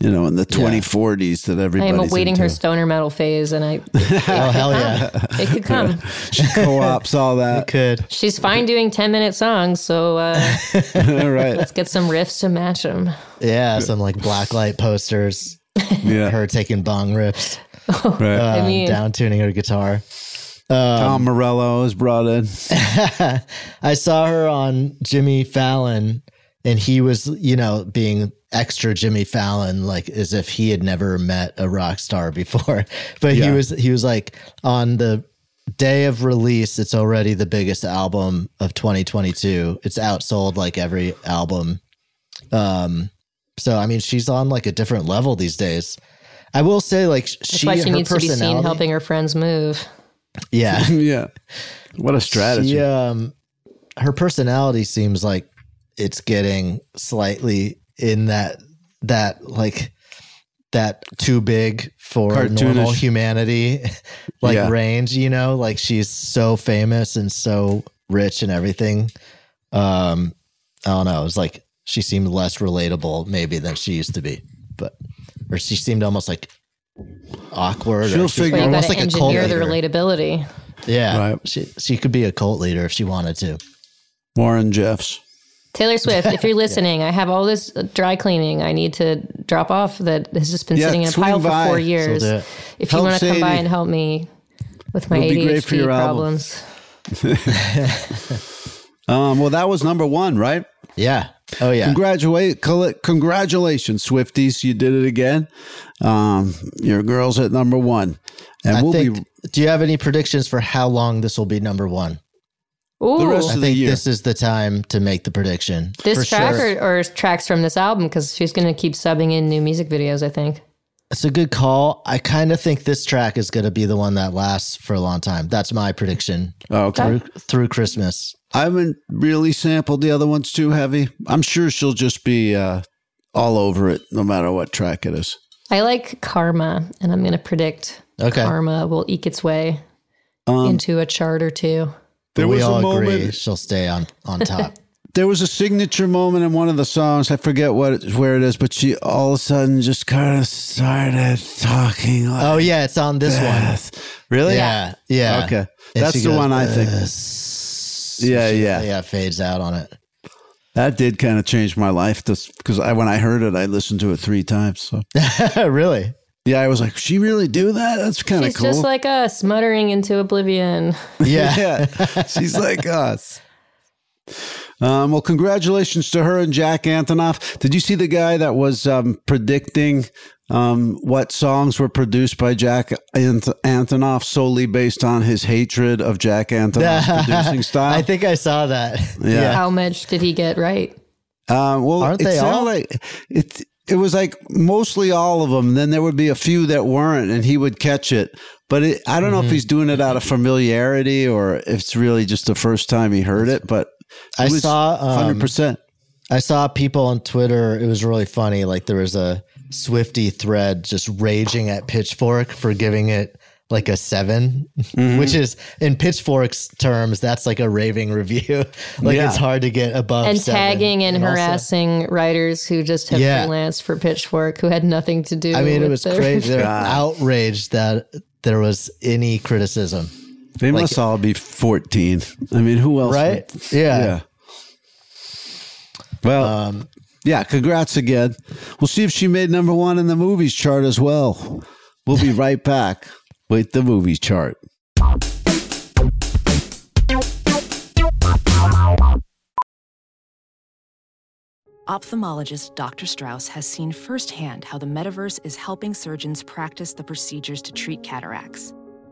Speaker 3: you know, in the 2040s that
Speaker 5: I
Speaker 3: everybody's
Speaker 5: am awaiting
Speaker 3: into.
Speaker 5: her stoner metal phase, and I
Speaker 4: oh, hell yeah.
Speaker 5: it could come.
Speaker 3: She co-ops all that.
Speaker 4: Could.
Speaker 5: She's fine doing ten minute songs, so uh,
Speaker 3: right.
Speaker 5: let's get some riffs to match them.
Speaker 4: Yeah. Some like blacklight posters,
Speaker 3: Yeah.
Speaker 4: her taking bong rips,
Speaker 3: Right.
Speaker 4: um,
Speaker 5: mean-
Speaker 4: down tuning her guitar.
Speaker 3: Tom Morello is brought in.
Speaker 4: I saw her on Jimmy Fallon, and he was, you know, being extra Jimmy Fallon, like as if he had never met a rock star before. But he
Speaker 3: Yeah.
Speaker 4: was, he was like, on the day of release, it's already the biggest album of 2022. It's outsold like every album. Um, so I mean, she's on like a different level these days. I will say, like sh-
Speaker 5: That's
Speaker 4: she,
Speaker 5: why she
Speaker 4: her
Speaker 5: needs to be seen
Speaker 4: personality-
Speaker 5: helping her friends move.
Speaker 4: Yeah,
Speaker 3: yeah. What a strategy.
Speaker 4: She, um, her personality seems like it's getting slightly in that that like that too big for normal
Speaker 3: Cartoonish.
Speaker 4: humanity like
Speaker 3: Yeah.
Speaker 4: range you know like she's so famous and so rich and everything um i don't know it's like she seemed less relatable maybe than she used to be but or she seemed almost like awkward or
Speaker 3: She'll
Speaker 4: she was
Speaker 3: figure-
Speaker 5: But you got
Speaker 4: almost
Speaker 5: to
Speaker 4: like a cult
Speaker 5: engineer the
Speaker 4: leader.
Speaker 5: relatability.
Speaker 4: Yeah,
Speaker 3: Right.
Speaker 4: she she could be a cult leader if she wanted to.
Speaker 3: Warren Jeffs.
Speaker 5: Taylor Swift, if you're listening, I have all this dry cleaning I need to drop off that has just been
Speaker 3: Yeah,
Speaker 5: sitting in a
Speaker 3: swing
Speaker 5: pile
Speaker 3: by.
Speaker 5: for four
Speaker 3: She'll
Speaker 5: years.
Speaker 4: do it.
Speaker 5: If
Speaker 3: Help
Speaker 5: you want to come by
Speaker 3: Sadie.
Speaker 5: and help me with my
Speaker 3: It'll be great for
Speaker 5: ADHD
Speaker 3: your album.
Speaker 5: problems,
Speaker 3: Um, well, that was number one, right?
Speaker 4: Yeah. Oh yeah.
Speaker 3: Congratulate, colla- congratulations, Swifties! You did it again. Um, your girls at number one, and
Speaker 4: I
Speaker 3: we'll
Speaker 4: think.
Speaker 3: be
Speaker 4: do you have any predictions for how long this will be number one?
Speaker 5: ooh,
Speaker 3: the rest
Speaker 4: I
Speaker 3: of the
Speaker 4: think
Speaker 3: year.
Speaker 4: this is the time to make the prediction.
Speaker 5: this
Speaker 4: for
Speaker 5: track
Speaker 4: sure.
Speaker 5: or, or tracks from this album because she's going to keep subbing in new music videos. I think.
Speaker 4: it's a good call. I kind of think this track is going to be the one that lasts for a long time. That's my prediction
Speaker 3: oh, okay.
Speaker 4: through through Christmas.
Speaker 3: I haven't really sampled the other ones too heavy. I'm sure she'll just be uh, all over it, no matter what track it is.
Speaker 5: I like karma, and I'm going to predict
Speaker 4: Okay.
Speaker 5: karma will eke its way
Speaker 3: Um,
Speaker 5: into a chart or two.
Speaker 4: But
Speaker 3: There
Speaker 4: we
Speaker 3: was a
Speaker 4: all agree
Speaker 3: moment-
Speaker 4: she'll stay on on top.
Speaker 3: There was a signature moment in one of the songs. I forget what it, where it is, but she all of a sudden just kind of started talking. Like
Speaker 4: oh yeah, it's on this one.
Speaker 3: this. really?
Speaker 4: Yeah. Yeah.
Speaker 3: Okay,
Speaker 4: And
Speaker 3: that's
Speaker 4: she
Speaker 3: the
Speaker 4: goes,
Speaker 3: one I think. Yeah, yeah.
Speaker 4: Yeah, fades out on it.
Speaker 3: That did kind of change my life because I, when I heard it, I listened to it three times. So
Speaker 4: really?
Speaker 3: yeah, I was like, she really do that? That's kind of
Speaker 5: She's
Speaker 3: cool.
Speaker 5: just like us, muttering into oblivion.
Speaker 4: Yeah.
Speaker 3: yeah, she's like us. Um, well, congratulations to her and Jack Antonoff. Did you see the guy that was um, predicting um, what songs were produced by Jack Ant- Antonoff solely based on his hatred of Jack Antonoff's producing style?
Speaker 4: I think I saw that.
Speaker 3: Yeah.
Speaker 5: How much did he get right?
Speaker 3: Uh, well,
Speaker 4: Aren't
Speaker 3: it
Speaker 4: they
Speaker 3: sounded
Speaker 4: all?
Speaker 3: Like, it it was like mostly all of them. Then there would be a few that weren't, and he would catch it. But it, I don't know
Speaker 4: Mm-hmm.
Speaker 3: if he's doing it out of familiarity or if it's really just the first time he heard it. But
Speaker 4: I saw, um,
Speaker 3: hundred percent.
Speaker 4: I saw people on Twitter. It was really funny. Like there was a Swifty thread just raging at Pitchfork for giving it like a 7
Speaker 3: Mm-hmm.
Speaker 4: which is in Pitchfork's terms, that's like a raving review. like
Speaker 3: Yeah.
Speaker 4: it's hard to get above
Speaker 5: and
Speaker 4: seven.
Speaker 5: tagging and,
Speaker 4: also-
Speaker 5: harassing writers who just have
Speaker 4: Yeah.
Speaker 5: freelanced for Pitchfork who had nothing to do.
Speaker 4: I mean, it
Speaker 5: with
Speaker 4: was
Speaker 5: their-
Speaker 4: crazy. They're outraged that there was any criticism,
Speaker 3: They must all be fourteen. I mean, who else?
Speaker 4: right?
Speaker 3: would-
Speaker 4: Yeah. Um,
Speaker 3: yeah. Well, yeah. Congrats again. We'll see if she made number one in the movies chart as well. We'll be right back with the movies chart.
Speaker 8: Ophthalmologist Dr. Strauss has seen firsthand how the metaverse is helping surgeons practice the procedures to treat cataracts.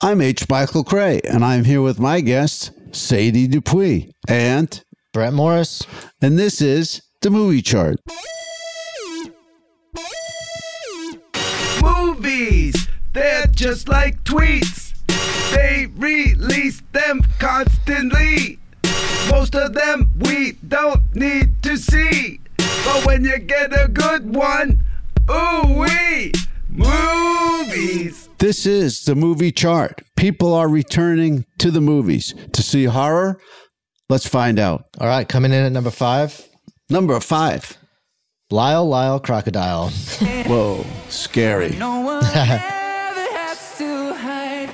Speaker 3: I'm H. Michael Cray, and I'm here with my guest, Sadie Dupuis, and
Speaker 4: Brett Morris.
Speaker 3: and this is the movie chart.
Speaker 9: just like tweets. They release them constantly. Most of them we don't need to see. But when you get a good one, ooh wee, movies.
Speaker 3: This is the movie chart. People are returning to the movies to see horror. Let's find out.
Speaker 4: All right, coming in at number five.
Speaker 3: Number five.
Speaker 4: Lyle Lyle Crocodile.
Speaker 3: Whoa, scary.
Speaker 6: No one ever has to hide.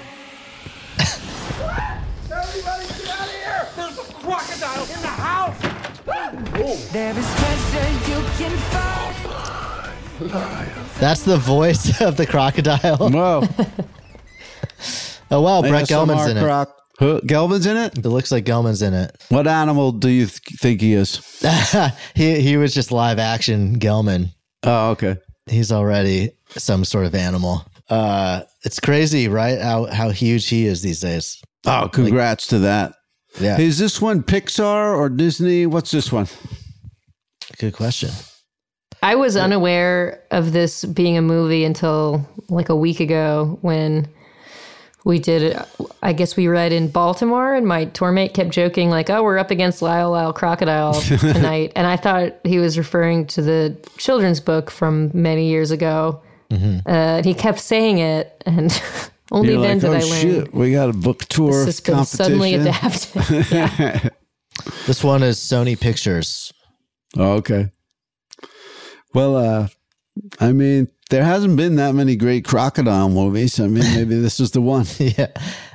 Speaker 6: Everybody get out of here! There's a crocodile in the house! There is treasure you can find.
Speaker 4: That's the voice of the crocodile.
Speaker 3: Whoa.
Speaker 4: oh, wow.
Speaker 3: They
Speaker 4: Brett
Speaker 3: have some
Speaker 4: Gelman's in it.
Speaker 3: Arcroc- Huh, Gelman's in it?
Speaker 4: It looks like Gelman's in it.
Speaker 3: What animal do you th- think he is?
Speaker 4: he, he was just live action Gelman.
Speaker 3: Oh, okay.
Speaker 4: He's already some sort of animal. Uh, it's crazy, right? How, how huge he is these days.
Speaker 3: Oh, congrats to that.
Speaker 4: Yeah.
Speaker 3: Is this one Pixar or Disney? What's this one?
Speaker 4: Good question.
Speaker 5: I was unaware of this being a movie until like a week ago when we did it. I guess we read in Baltimore, and my tour mate kept joking, like, oh, we're up against Lyle Lyle Crocodile tonight. and I thought he was referring to the children's book from many years ago.
Speaker 4: Mm-hmm.
Speaker 5: Uh, and he kept saying it, and only
Speaker 3: You're like,
Speaker 5: then did
Speaker 3: oh,
Speaker 5: I learn.
Speaker 3: shit, we got a book tour
Speaker 5: This has been
Speaker 3: competition.
Speaker 5: suddenly adapted.
Speaker 4: This one is Sony Pictures.
Speaker 3: Oh, okay. Well, uh, I mean, there hasn't been that many great crocodile movies. I mean, maybe this is the one.
Speaker 4: yeah.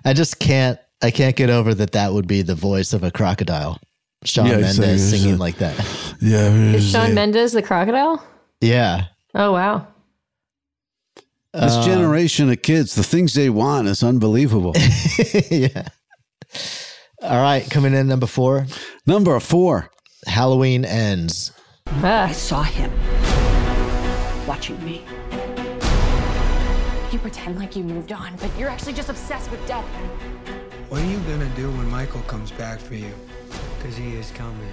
Speaker 4: I just can't. I can't get over that that would be the voice of a crocodile. Sean
Speaker 3: Yeah,
Speaker 4: Mendes
Speaker 3: exactly. It's
Speaker 4: singing
Speaker 3: a-
Speaker 4: like that.
Speaker 3: Yeah.
Speaker 5: Is Sean Mendes the crocodile?
Speaker 4: Yeah.
Speaker 5: Oh, wow.
Speaker 3: This
Speaker 4: Uh,
Speaker 3: generation of kids, the things they want is unbelievable.
Speaker 4: yeah. All right, coming in number four.
Speaker 3: Number four.
Speaker 4: Halloween ends.
Speaker 5: Ah,
Speaker 10: saw him watching me.
Speaker 11: You pretend like you moved on, but you're actually just obsessed with death.
Speaker 12: What are you gonna do when Michael comes back for you? Because he is coming.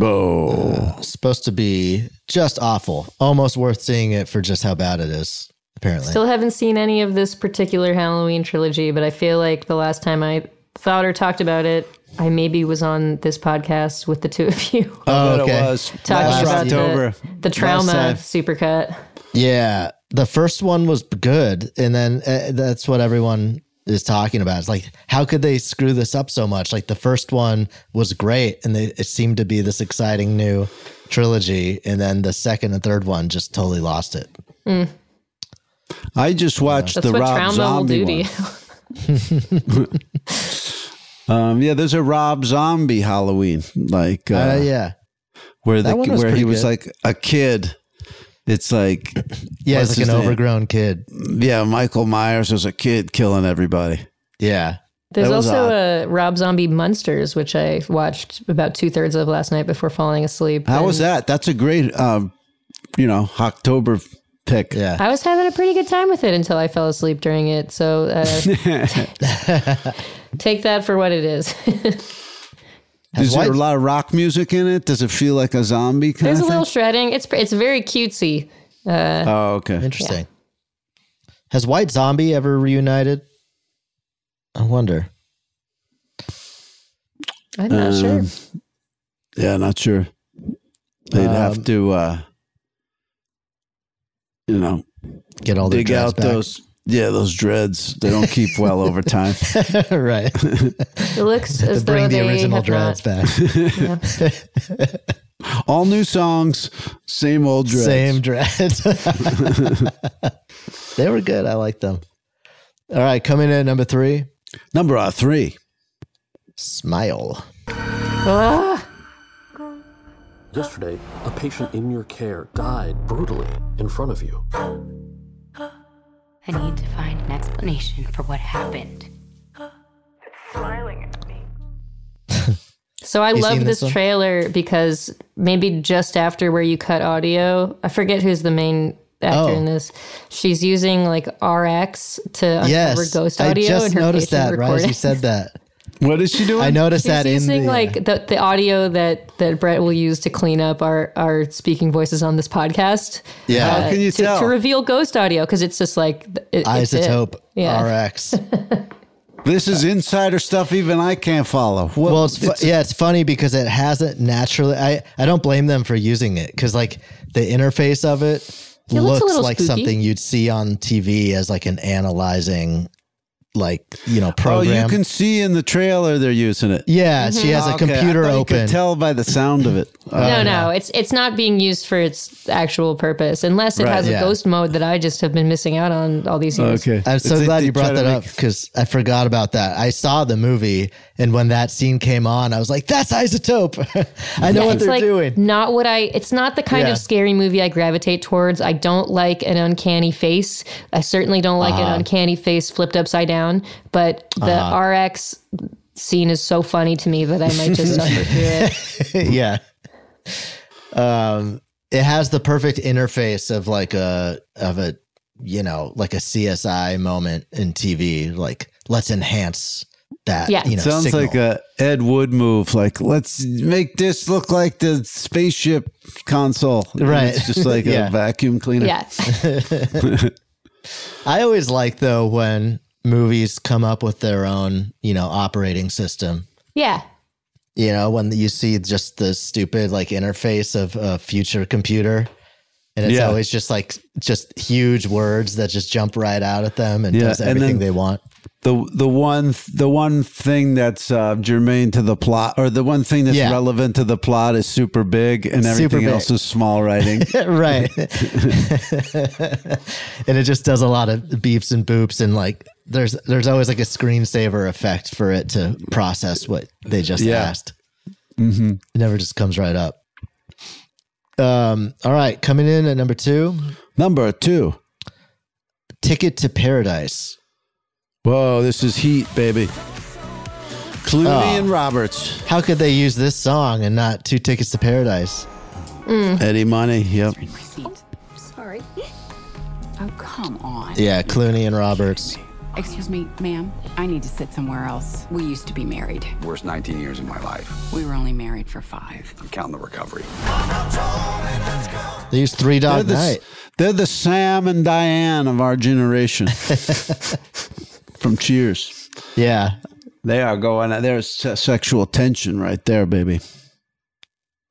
Speaker 3: Oh,
Speaker 4: Supposed to be just awful. Almost worth seeing it for just how bad it is, apparently.
Speaker 5: Still haven't seen any of this particular Halloween trilogy, but I feel like the last time I thought or talked about it, I maybe was on this podcast with the two of you
Speaker 4: oh,
Speaker 3: That it
Speaker 4: okay.
Speaker 3: was.
Speaker 5: talking
Speaker 3: Last
Speaker 5: about
Speaker 3: October.
Speaker 5: the, the trauma
Speaker 4: time.
Speaker 5: supercut.
Speaker 4: Yeah. The first one was good. And then uh, that's what everyone is talking about. It's like, how could they screw this up so much? Like, the first one was great and they, it seemed to be this exciting new trilogy. And then the second and third one just totally lost it.
Speaker 3: I just watched
Speaker 5: That's
Speaker 3: the
Speaker 5: what
Speaker 3: Rob
Speaker 5: trauma
Speaker 3: Zombie
Speaker 5: will do
Speaker 3: one.
Speaker 5: to you.
Speaker 3: Um, yeah, there's a Rob Zombie Halloween, like uh,
Speaker 4: Uh, yeah.
Speaker 3: where
Speaker 4: that
Speaker 3: the
Speaker 4: one was
Speaker 3: where he
Speaker 4: pretty
Speaker 3: was
Speaker 4: good.
Speaker 3: like a kid. It's like
Speaker 4: Yeah.
Speaker 3: what's
Speaker 4: It's like
Speaker 3: his
Speaker 4: an
Speaker 3: name?
Speaker 4: overgrown kid.
Speaker 3: Yeah, Michael Myers was a kid killing everybody.
Speaker 4: Yeah.
Speaker 5: There's
Speaker 3: That was
Speaker 5: also
Speaker 3: odd.
Speaker 5: a Rob Zombie Munsters, which I watched about two thirds of last night before falling asleep.
Speaker 3: How
Speaker 5: And
Speaker 3: was that? That's a great, um, you know, October pick.
Speaker 4: Yeah.
Speaker 5: I was having a pretty good time with it until I fell asleep during it. So uh, take that for what it is.
Speaker 3: Is there a
Speaker 4: White-
Speaker 3: lot of rock music in it? Does it feel like a zombie kind
Speaker 5: There's a
Speaker 3: of
Speaker 5: little shredding. It's it's very cutesy.
Speaker 3: thing? Oh, okay.
Speaker 4: Interesting. Has White Zombie ever reunited? I wonder.
Speaker 5: I'm not sure.
Speaker 3: Um, Yeah, not sure. They'd
Speaker 4: Um,
Speaker 3: have to, uh, you know,
Speaker 4: Get all
Speaker 3: dig
Speaker 4: their
Speaker 3: out those. Yeah, those dreads. They don't keep well over time.
Speaker 4: those. right.
Speaker 5: It looks as
Speaker 4: to bring
Speaker 5: though
Speaker 4: the
Speaker 5: they
Speaker 4: original
Speaker 5: have
Speaker 4: dreads
Speaker 5: not.
Speaker 4: back.
Speaker 5: Yeah.
Speaker 3: All new songs, same old dreads.
Speaker 4: Same dreads. they were good. I like them. All right, coming in at number three,
Speaker 3: Number uh, three.
Speaker 4: Smile.
Speaker 5: Ah,
Speaker 13: Yesterday, a patient in your care died brutally in front of you.
Speaker 10: I need to find an explanation for what happened.
Speaker 5: so I
Speaker 4: You
Speaker 5: love
Speaker 4: seen
Speaker 5: this,
Speaker 4: this one?
Speaker 5: trailer because maybe just after where you cut audio, I forget who's the main actor
Speaker 4: Oh.
Speaker 5: in this. She's using like RX to uncover
Speaker 4: Yes,
Speaker 5: ghost
Speaker 4: I
Speaker 5: audio.
Speaker 4: just
Speaker 5: in her
Speaker 4: noticed
Speaker 5: patient
Speaker 4: that. Right as you
Speaker 5: recording.
Speaker 4: said that,
Speaker 3: What is she doing?
Speaker 4: I noticed that in
Speaker 5: using
Speaker 4: the, uh,
Speaker 5: like the, the audio that that Brett will use to clean up our our speaking voices on this podcast. Uh,
Speaker 4: Yeah. How can you
Speaker 5: to,
Speaker 4: tell?
Speaker 5: to reveal ghost audio because it's just like it, it's it.
Speaker 4: isotope
Speaker 5: Yeah.
Speaker 4: RX.
Speaker 3: This is insider stuff even I can't follow. What,
Speaker 4: well, it's, fu- yeah, it's funny because it hasn't naturally. I I don't blame them for using it because like the interface of it,
Speaker 5: It looks a
Speaker 4: looks,
Speaker 5: little
Speaker 4: like
Speaker 5: spooky.
Speaker 4: something you'd see on TV as like an analyzing, like you know
Speaker 3: Oh,
Speaker 4: program.
Speaker 3: you can see in the trailer they're using it.
Speaker 4: Yeah,
Speaker 5: Mm-hmm.
Speaker 4: she Mhm. has
Speaker 3: Okay,
Speaker 4: a
Speaker 3: I
Speaker 4: computer
Speaker 3: thought You
Speaker 4: open.
Speaker 3: could tell by the sound of it.
Speaker 4: Oh,
Speaker 5: no, no, it's it's not being used for its actual purpose unless it
Speaker 3: Right,
Speaker 5: has
Speaker 3: yeah.
Speaker 5: a ghost mode that I just have been missing out on all these years.
Speaker 4: I'm so glad you brought that up because I forgot about that. I saw the movie, and when that scene came on, I was like, "That's isotope." I know
Speaker 5: Yeah,
Speaker 4: what
Speaker 5: it's
Speaker 4: they're
Speaker 5: like
Speaker 4: doing.
Speaker 5: Not what I. It's not the kind
Speaker 4: Yeah.
Speaker 5: of scary movie I gravitate towards. I don't like an uncanny face. I certainly don't like
Speaker 4: Uh-huh.
Speaker 5: an uncanny face flipped upside down. But the
Speaker 4: Uh-huh.
Speaker 5: RX scene is so funny to me that I might just suffer through it.
Speaker 4: yeah. Um, it has the perfect interface of like a of a you know like a CSI moment in TV. Like let's enhance that.
Speaker 5: Yeah.
Speaker 4: you know,
Speaker 3: sounds
Speaker 4: signal.
Speaker 3: like a Ed Wood move. Like let's make this look like the spaceship console. And
Speaker 4: Right.
Speaker 3: it's just like
Speaker 4: Yeah.
Speaker 3: a vacuum cleaner.
Speaker 5: Yeah.
Speaker 4: I always like though when movies come up with their own you know operating system.
Speaker 5: Yeah.
Speaker 4: You know when you see just the stupid like interface of a future computer. And it's
Speaker 3: Yeah.
Speaker 4: always just like just huge words that just jump right out at them and
Speaker 3: Yeah,
Speaker 4: does
Speaker 3: and
Speaker 4: everything
Speaker 3: then-
Speaker 4: they want.
Speaker 3: the the one the one thing that's uh, germane to the plot, or the one thing that's
Speaker 4: Yeah.
Speaker 3: relevant to the plot, is super big, and
Speaker 4: Super
Speaker 3: everything
Speaker 4: big.
Speaker 3: else is small writing.
Speaker 4: right. and it just does a lot of beeps and boops and like there's there's always like a screensaver effect for it to process what they just
Speaker 3: Yeah. Mm-hmm.
Speaker 4: asked. It never just comes right up. Um all right, coming in at number 2.
Speaker 3: Number 2.
Speaker 4: Ticket to Paradise.
Speaker 3: Whoa, this is heat, baby. Clooney
Speaker 4: Oh.
Speaker 3: and Roberts,
Speaker 4: How could they use this song and not Two Tickets to Paradise?
Speaker 3: Eddie Money. Yep.
Speaker 10: Sorry. Oh, come on.
Speaker 4: Yeah, Clooney and Roberts.
Speaker 10: Excuse me, ma'am. I need to sit somewhere else. We used to be married.
Speaker 14: Worst 19 years of my life.
Speaker 10: We were only married for five.
Speaker 14: I'm counting the recovery.
Speaker 4: They use Three
Speaker 3: They're
Speaker 4: Dog
Speaker 3: the,
Speaker 4: Night.
Speaker 3: they're the Sam and Diane of our generation. From Cheers.
Speaker 4: Yeah.
Speaker 3: They are going. There's se- sexual tension right there, baby.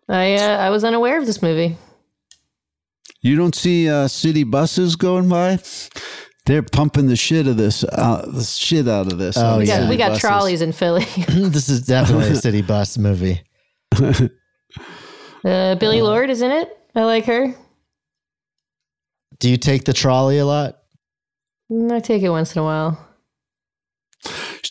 Speaker 5: I uh, I was unaware of this movie.
Speaker 3: You don't see uh, city buses going by. They're pumping the shit of this, uh, the shit out of this.
Speaker 4: Oh,
Speaker 5: we
Speaker 4: yeah.
Speaker 5: got, we got
Speaker 3: buses.
Speaker 5: trolleys in Philly.
Speaker 4: this is definitely a city bus movie.
Speaker 5: Uh, Billy
Speaker 4: Uh-huh.
Speaker 5: Lord is in it. I like her.
Speaker 4: Do you take the trolley a lot?
Speaker 5: Mm, I take it once in a while.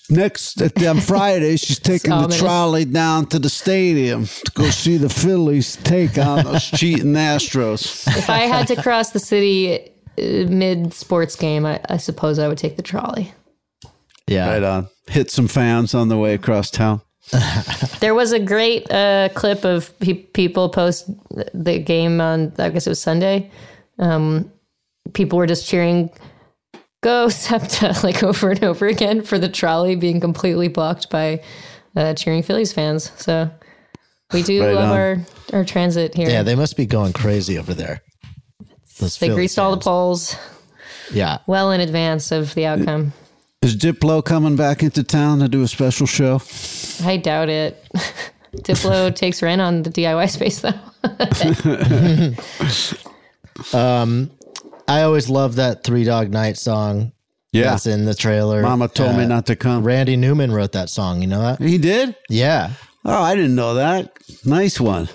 Speaker 3: Next uh, on Friday, she's taking the
Speaker 5: ominous.
Speaker 3: trolley down to the stadium to go see the Phillies take on those cheating Astros.
Speaker 5: If I had to cross the city uh, mid sports game, I, I suppose I would take the trolley.
Speaker 4: Yeah,
Speaker 3: right on. Hit some fans on the way across town.
Speaker 5: There was a great uh, clip of pe- people post the game on, I guess it was Sunday. Um, people were just cheering, go SEPTA, like over and over again for the trolley being completely blocked by uh, cheering Phillies fans. So we do
Speaker 4: Right
Speaker 5: love
Speaker 4: on.
Speaker 5: our, our transit here.
Speaker 4: Yeah, they must be going crazy over there. Those
Speaker 5: they
Speaker 4: Philly
Speaker 5: greased all the poles
Speaker 4: fans. Yeah.
Speaker 5: well in advance of the outcome.
Speaker 3: Is Diplo coming back into town to do a special show?
Speaker 5: I doubt it. Diplo takes rent on the DIY space, though.
Speaker 4: Um, I always love that Three Dog Night song.
Speaker 3: Yeah.
Speaker 4: That's in the trailer. Uh,
Speaker 3: Mama told me not to come.
Speaker 4: Randy Newman wrote that song. You know that?
Speaker 3: He did?
Speaker 4: Yeah.
Speaker 3: Oh, I didn't know that. Nice one.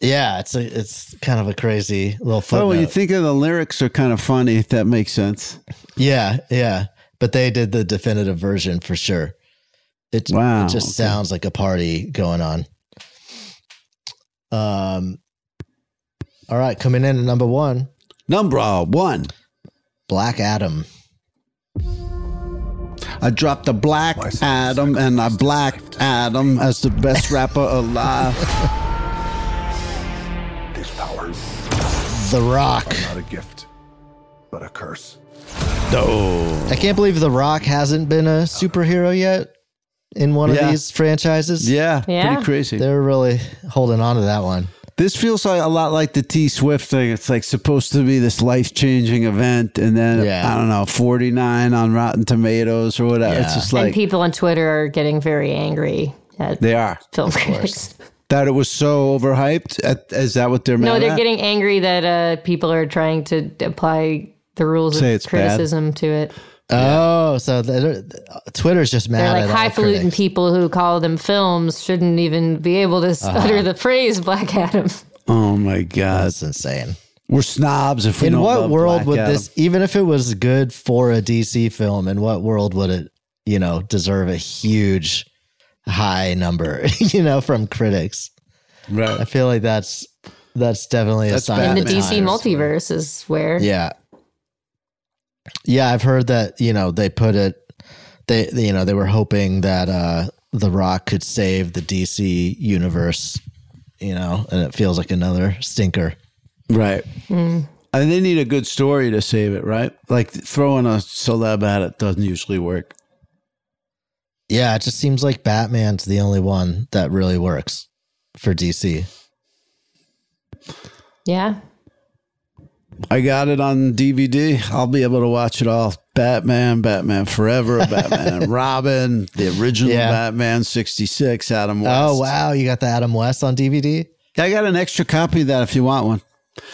Speaker 4: Yeah. It's a, it's kind of a crazy little
Speaker 3: Oh,
Speaker 4: footnote.
Speaker 3: when you think of the lyrics are kind of funny, if that makes sense.
Speaker 4: yeah. Yeah. But they did the definitive version for sure. It,
Speaker 3: Wow,
Speaker 4: it just
Speaker 3: okay.
Speaker 4: sounds like a party going on. Um, all right. Coming in at number one.
Speaker 3: Number uh, one.
Speaker 4: Black Adam.
Speaker 3: I dropped a black Adam and I blacked Adam as the best rapper alive.
Speaker 15: These powers
Speaker 4: The Rock.
Speaker 15: are not a gift, but a curse.
Speaker 3: No.
Speaker 4: I can't believe The Rock hasn't been a superhero yet. in one
Speaker 3: Yeah.
Speaker 4: of these franchises.
Speaker 3: Yeah, Yeah. pretty crazy.
Speaker 4: They're really holding on to that one.
Speaker 3: This feels like a lot like the T Swift thing. It's like supposed to be this life changing event, and then I don't know, forty nine on Rotten Tomatoes or whatever. It's just
Speaker 5: and
Speaker 3: like
Speaker 5: people on Twitter are getting very angry at
Speaker 3: they are
Speaker 5: film
Speaker 3: of
Speaker 5: critics.
Speaker 3: course. that it was so overhyped. At, is that what they're?
Speaker 5: No,
Speaker 3: mad
Speaker 5: they're
Speaker 3: at?
Speaker 5: getting angry that uh, people are trying to apply the rules
Speaker 3: Say
Speaker 5: of
Speaker 3: it's bad.
Speaker 5: criticism to it.
Speaker 4: Oh, so they're- Twitter's just mad
Speaker 5: They're like
Speaker 4: at all
Speaker 5: highfalutin
Speaker 4: critics.
Speaker 5: people who call them films shouldn't even be able to
Speaker 4: Uh-huh.
Speaker 5: utter the phrase Black Adam.
Speaker 3: Oh my god,
Speaker 4: that's insane.
Speaker 3: We're snobs if we
Speaker 4: in
Speaker 3: don't
Speaker 4: what
Speaker 3: love
Speaker 4: world
Speaker 3: Black
Speaker 4: would
Speaker 3: Adam.
Speaker 4: this even if it was good for a dc film in what world would it you know deserve a huge high number you know from critics
Speaker 3: right
Speaker 4: i feel like that's that's definitely a sign
Speaker 5: in the
Speaker 4: of
Speaker 5: DC
Speaker 4: times.
Speaker 5: multiverse is where
Speaker 4: yeah yeah i've heard that you know they put it they they- you know they were hoping that uh the rock could save the dc universe you know and it feels like another stinker
Speaker 3: right
Speaker 5: Hmm.
Speaker 3: I mean, they need a good story to save it, right? Like throwing a celeb at it doesn't usually work.
Speaker 4: Yeah, it just seems like Batman's the only one that really works for DC.
Speaker 5: yeah.
Speaker 3: I got it on DVD. I'll be able to watch it all. Batman, Batman Forever, Batman and Robin, the original
Speaker 4: Yeah.
Speaker 3: Batman 66, Adam West.
Speaker 4: Oh wow, you got the Adam West on DVD?
Speaker 3: I got an extra copy of that if you want one.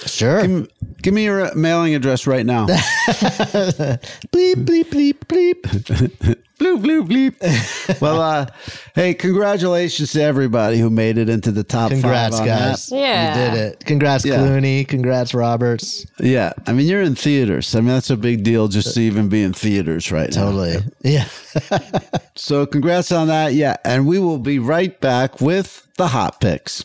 Speaker 4: Sure.
Speaker 3: Give, give me your uh, mailing address right now.
Speaker 4: bleep bleep bleep bleep.
Speaker 3: bloop, bloop, bleep. well, uh, hey, congratulations to everybody who made it into the top
Speaker 4: Congrats,
Speaker 3: five. on
Speaker 4: guys.
Speaker 3: that.
Speaker 4: You did it. Congrats,
Speaker 3: Yeah.
Speaker 4: Clooney. Congrats, Roberts.
Speaker 3: Yeah. I mean, you're in theaters. I mean, that's a big deal just to even be in theaters right now.
Speaker 4: Totally. Yeah.
Speaker 3: So, congrats on that. Yeah. And we will be right back with the hot picks.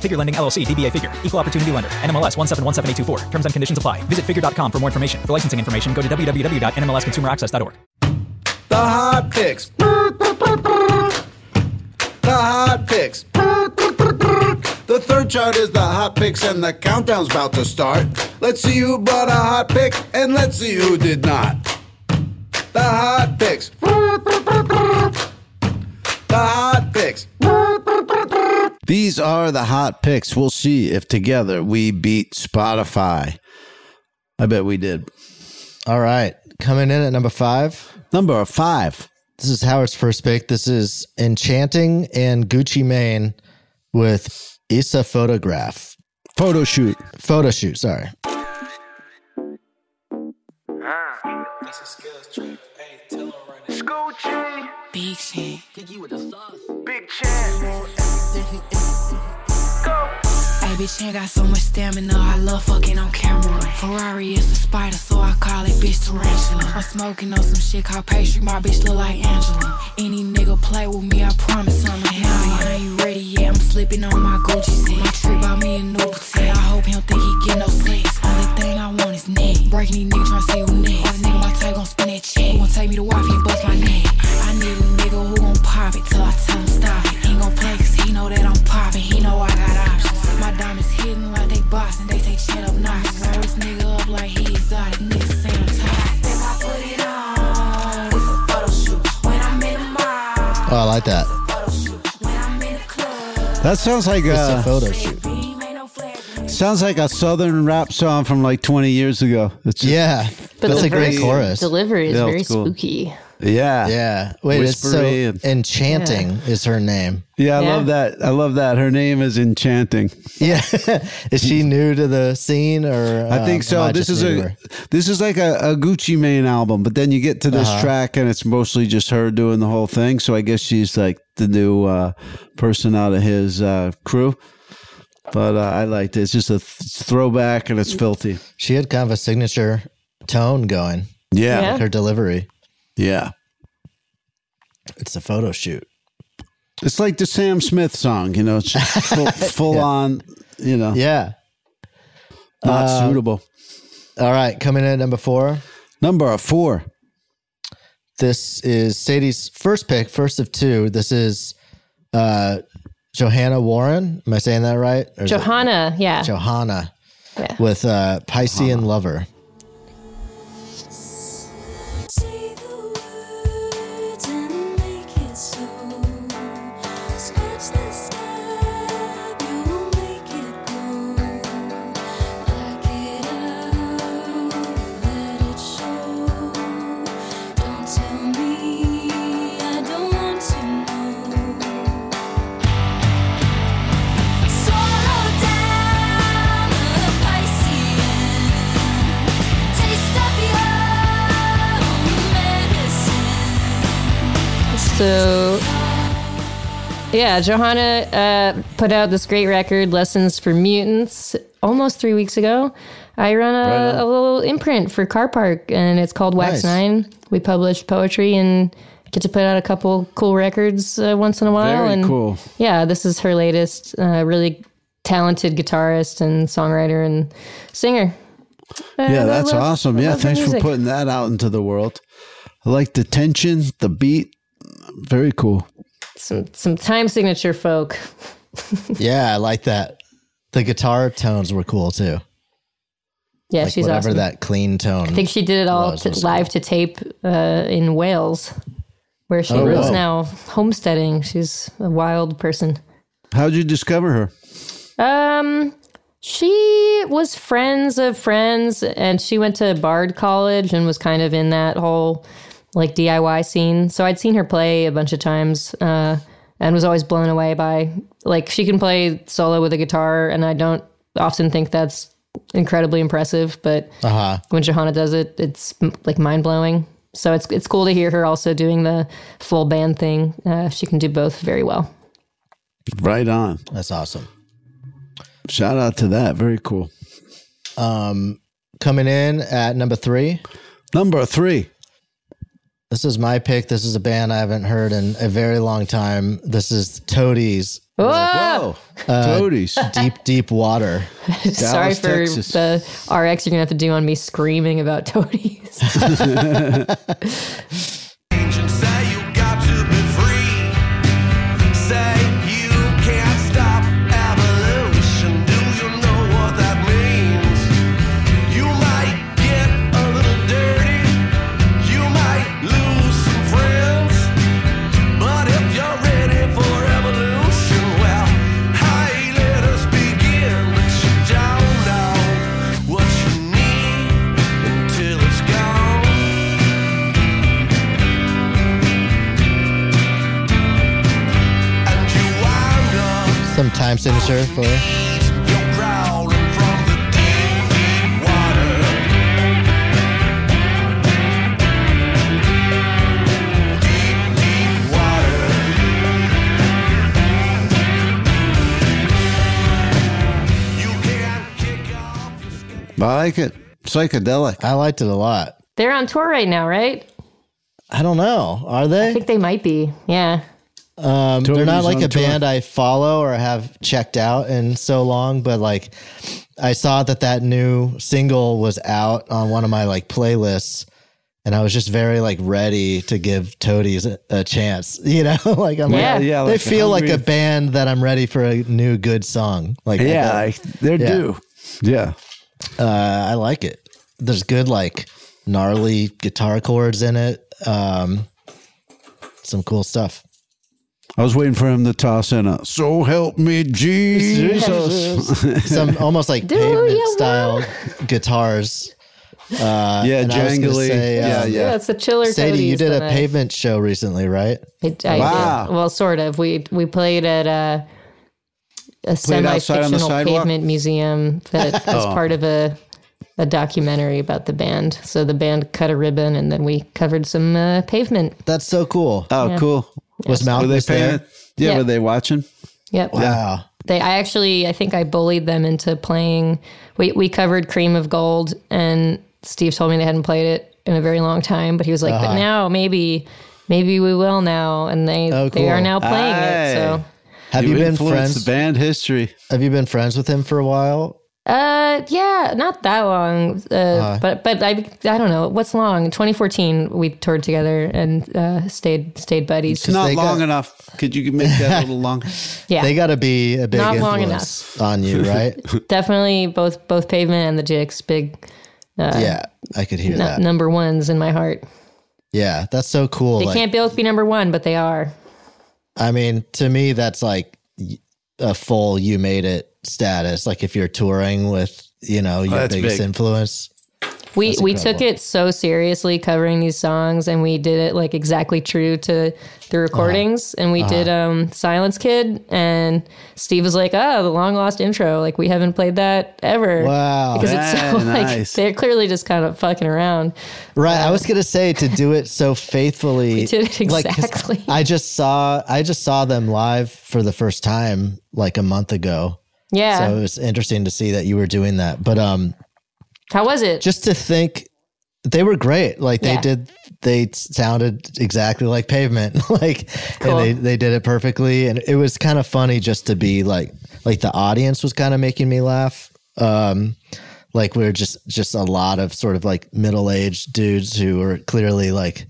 Speaker 16: Figure Lending LLC, DBA Figure, Equal Opportunity Lender, NMLS 1717824. Terms and conditions apply. Visit figure.com for more information. For licensing information, go to www.nmlsconsumeraccess.org.
Speaker 9: The hot picks.
Speaker 3: The hot picks. The third chart is the hot picks, and the countdown's about to start.
Speaker 9: Let's see who bought a hot pick and let's see who did not. The hot picks. The hot picks.
Speaker 3: These are the hot picks. We'll see if together we beat Spotify. I bet we did.
Speaker 4: All right. Coming in at number five.
Speaker 3: Number five.
Speaker 4: This is Howard's first pick. This is Enchanting and Gucci Mane with Issa Photograph.
Speaker 3: Photo shoot.
Speaker 4: Photo shoot, sorry. Oh,
Speaker 6: Scoochie. Big shit. Cook you with the sauce. Big
Speaker 17: Ay, bitch, ain't got so much stamina. I love fucking on camera. Ferrari is a spider, so I call it bitch tarantula. I'm smoking on some shit called pastry. My bitch look like Angela. Any nigga play with me, I promise I'ma handle it. I ain't ready yet. I'm slipping on my Gucci set. My trip bought me a new set. I hope he don't think he get no sex. Only thing I want is neck. Breaking these niggas tryna see who next. Only nigga my type gon' spin that check. Who gon' take me to wife, he bust my neck. I need a nigga who gon' pop it till I tell him stop it. He gon' play cause he know that I'm poppin'. He know I got options. My diamonds hidden like they boxin'. They say chin up notches. Roll this nigga up like he exotic. Nigga say I'm toxic. If I put it on, it's a photo shoot. When I'm in the mall,
Speaker 4: Oh, I like that.
Speaker 3: That sounds like uh,
Speaker 4: It's
Speaker 3: a,
Speaker 4: a photo shoot.
Speaker 3: Sounds like a southern rap song from like 20 years ago. It's just-
Speaker 4: Yeah.
Speaker 5: But
Speaker 4: That's
Speaker 5: the
Speaker 4: a great
Speaker 5: verse-
Speaker 4: chorus.
Speaker 5: Delivery is
Speaker 3: Yeah,
Speaker 5: very
Speaker 3: it's cool.
Speaker 5: spooky.
Speaker 3: Yeah.
Speaker 4: Yeah. Wait, it's so
Speaker 3: Whispery and-
Speaker 4: enchanting is her name.
Speaker 3: Yeah, I
Speaker 4: Yeah.
Speaker 3: love that. I love that. Her name is enchanting.
Speaker 4: Yeah. is she new to the scene or
Speaker 3: I think
Speaker 4: um,
Speaker 3: so.
Speaker 4: am
Speaker 3: this is
Speaker 4: just new to
Speaker 3: a
Speaker 4: her?
Speaker 3: this is like a, a Gucci Mane album, but then you get to this
Speaker 4: Uh-huh.
Speaker 3: track and it's mostly just her doing the whole thing. So I guess she's like the new uh, person out of his uh, crew. But uh, I liked it. It's just a th- throwback and it's filthy.
Speaker 4: she had kind of a signature tone going.
Speaker 3: Yeah. Yeah.
Speaker 4: Like her delivery.
Speaker 3: Yeah.
Speaker 4: It's a photo shoot.
Speaker 3: It's like the Sam Smith song, you know, it's just full, full on, you know.
Speaker 4: Yeah.
Speaker 3: Not
Speaker 4: Uh,
Speaker 3: suitable.
Speaker 4: All right, coming in at number four.
Speaker 3: Number four.
Speaker 4: This is Sadie's first pick, first of two. This is uh, Johanna Warren. Am I saying that right? Or is it-
Speaker 5: Johanna, yeah.
Speaker 4: Johanna
Speaker 5: Yeah.
Speaker 4: with uh, Piscean Lover.
Speaker 7: Say the words and make it so. Scratch the sky, you will make it go. Black it out, let it show. Don't tell me I don't want to know. Swallow down the Piscean taste of your own medicine.
Speaker 5: So, yeah, Johanna uh, put out this great record, Lessons for Mutants, almost three weeks ago. I run a,
Speaker 18: Right on.
Speaker 5: a little imprint for Car Park, and it's called Wax
Speaker 18: Nice.
Speaker 5: Nine. We publish poetry and get to put out a couple cool records uh, once in a while.
Speaker 3: Very
Speaker 5: and
Speaker 3: cool.
Speaker 5: Yeah, this is her latest. Uh, really talented guitarist and songwriter and singer. And
Speaker 3: yeah,
Speaker 5: I
Speaker 3: that's
Speaker 5: love-
Speaker 3: awesome.
Speaker 5: I
Speaker 3: Yeah,
Speaker 5: love her
Speaker 3: thanks for
Speaker 5: music.
Speaker 3: putting that out into the world. I like the tension, the beat. Very cool.
Speaker 5: some some time signature folk.
Speaker 4: yeah, I like that. The guitar tones were cool too.
Speaker 5: Yeah,
Speaker 4: Like
Speaker 5: she's
Speaker 4: whatever
Speaker 5: awesome.
Speaker 4: that clean tone.
Speaker 5: I think she did it all
Speaker 4: was,
Speaker 5: to,
Speaker 4: was
Speaker 5: live to tape uh, in Wales, where she
Speaker 3: Oh,
Speaker 5: is
Speaker 3: wow.
Speaker 5: now homesteading. She's a wild person.
Speaker 3: How'd you discover her?
Speaker 5: Um, she was friends of friends, and she went to Bard College and was kind of in that whole like DIY scene. So I'd seen her play a bunch of times, uh, and was always blown away by like she can play solo with a guitar, and I don't often think that's incredibly impressive, but
Speaker 4: Uh huh.
Speaker 5: when Johanna does it, it's m- like mind blowing. So it's it's cool to hear her also doing the full band thing. Uh, she can do both very well.
Speaker 3: Right on.
Speaker 4: That's awesome.
Speaker 3: Shout out to that. Very cool.
Speaker 4: Um, coming in at number three.
Speaker 3: Number three.
Speaker 4: This is my pick. This is a band I haven't heard in a very long time. This is Toadies.
Speaker 5: Whoa! Uh,
Speaker 3: Toadies.
Speaker 4: Deep, deep water.
Speaker 5: Sorry for the RX you're gonna have to do on me screaming about toadies.
Speaker 6: Say you can't stop evolution. Do you know what that means? You might get a little dirty. You might lose some friends. But if you're ready for evolution, well, hey, let us begin. But you don't know what you need until it's gone.
Speaker 4: Some time signature for
Speaker 3: I like it. Psychedelic.
Speaker 5: Uh,
Speaker 4: I liked it a lot.
Speaker 5: They're on tour right now, right?
Speaker 4: I don't know. Are they?
Speaker 5: I think they might be. Yeah.
Speaker 4: Um, they're not like
Speaker 5: Toby's on
Speaker 4: a
Speaker 5: tour.
Speaker 4: band I follow or have checked out in so long, but like I saw that that new single was out on one of my like playlists, and I was just very like ready to give Toadies a, a chance. You know, like I'm
Speaker 3: Yeah.
Speaker 4: like,
Speaker 3: Yeah,
Speaker 4: they
Speaker 3: like
Speaker 4: feel like a
Speaker 3: hungry-
Speaker 4: band that I'm ready for a new good song. Like I
Speaker 3: yeah,
Speaker 4: got-
Speaker 3: like, they're
Speaker 4: yeah.
Speaker 3: due. Yeah.
Speaker 4: Uh, I like it. There's good like gnarly guitar chords in it. Um, some cool stuff.
Speaker 3: I was waiting for him to toss in a "So help me, Jesus."
Speaker 4: some almost like
Speaker 3: Do
Speaker 4: pavement style guitars. Uh,
Speaker 3: Yeah,
Speaker 4: and I was gonna uh,
Speaker 3: jangly. Yeah, yeah. Yeah, it's
Speaker 5: the chiller
Speaker 4: Sadie, you
Speaker 5: toadies
Speaker 4: did a
Speaker 5: that I-
Speaker 4: pavement show recently, right?
Speaker 5: It, I
Speaker 4: Wow.
Speaker 5: did. Well, sort of. We we played at a a
Speaker 4: Played
Speaker 5: semi
Speaker 4: outside on the
Speaker 5: fictional
Speaker 4: sidewalk?
Speaker 5: pavement museum that was
Speaker 4: Oh.
Speaker 5: part of a a documentary about the band. So the band cut a ribbon and then we covered some uh, pavement.
Speaker 4: That's so cool.
Speaker 3: Oh,
Speaker 5: Yeah.
Speaker 3: cool. were
Speaker 4: Was
Speaker 3: they
Speaker 4: Malcolm
Speaker 3: paying?
Speaker 4: there?
Speaker 3: Yeah,
Speaker 5: Yeah.
Speaker 3: were they watching?
Speaker 5: Yep.
Speaker 4: Wow.
Speaker 5: They I actually I think I bullied them into playing we we covered Cream of Gold and Steve told me they hadn't played it in a very long time, but he was like,
Speaker 18: Uh-huh.
Speaker 5: But now maybe maybe we will now and they
Speaker 4: Oh,
Speaker 5: they are now playing it. So
Speaker 4: Have you, been
Speaker 3: influenced
Speaker 4: friends?
Speaker 3: Band history.
Speaker 4: Have you been friends with him for a while?
Speaker 5: Uh, yeah, not that long. Uh,
Speaker 4: Uh.
Speaker 5: but but I I don't know what's long. 2014 we toured together and uh, stayed stayed buddies.
Speaker 3: It's not long enough. Could you make that a little longer?
Speaker 5: Yeah.
Speaker 4: They got to be a big
Speaker 5: Not long
Speaker 4: influence on you, right?
Speaker 5: Definitely both both pavement and the Jakes big. Uh,
Speaker 4: yeah, I could hear
Speaker 5: nu-
Speaker 4: that.
Speaker 5: number ones in my heart.
Speaker 4: Yeah, that's so cool.
Speaker 5: they
Speaker 4: like-
Speaker 5: can't both be number one, but they are.
Speaker 4: I mean, to me, that's like y- a full "you made it" status. Like if you're touring with, you know,
Speaker 3: Oh,
Speaker 4: your
Speaker 5: that's
Speaker 4: biggest
Speaker 5: big.
Speaker 4: influence.
Speaker 5: We
Speaker 4: That's
Speaker 5: we
Speaker 4: incredible.
Speaker 5: took it so seriously covering these songs, and we did it like exactly true to the recordings. And we
Speaker 4: Uh-huh.
Speaker 5: did um, Silence Kid, and Steve was like, "Oh, the long lost intro. Like we haven't played that ever.
Speaker 4: Wow.
Speaker 5: because it's so
Speaker 4: Yeah,
Speaker 5: like
Speaker 4: nice.
Speaker 5: they're clearly just kind of fucking around.
Speaker 4: Right. I was gonna say to do it so faithfully.
Speaker 5: Um, We did it
Speaker 4: like, 'cause
Speaker 5: exactly.
Speaker 4: I just saw I just saw them live for the first time like a month ago.
Speaker 5: Yeah.
Speaker 4: So it was interesting to see that you were doing that. But um
Speaker 5: How was it?
Speaker 4: just to think they were great. Like they
Speaker 5: Yeah.
Speaker 4: did they sounded exactly like pavement. like and
Speaker 5: Cool.
Speaker 4: they, they did it perfectly. And it was kind of funny just to be like like the audience was kind of making me laugh. Um like we are just just a lot of sort of like middle aged dudes who were clearly like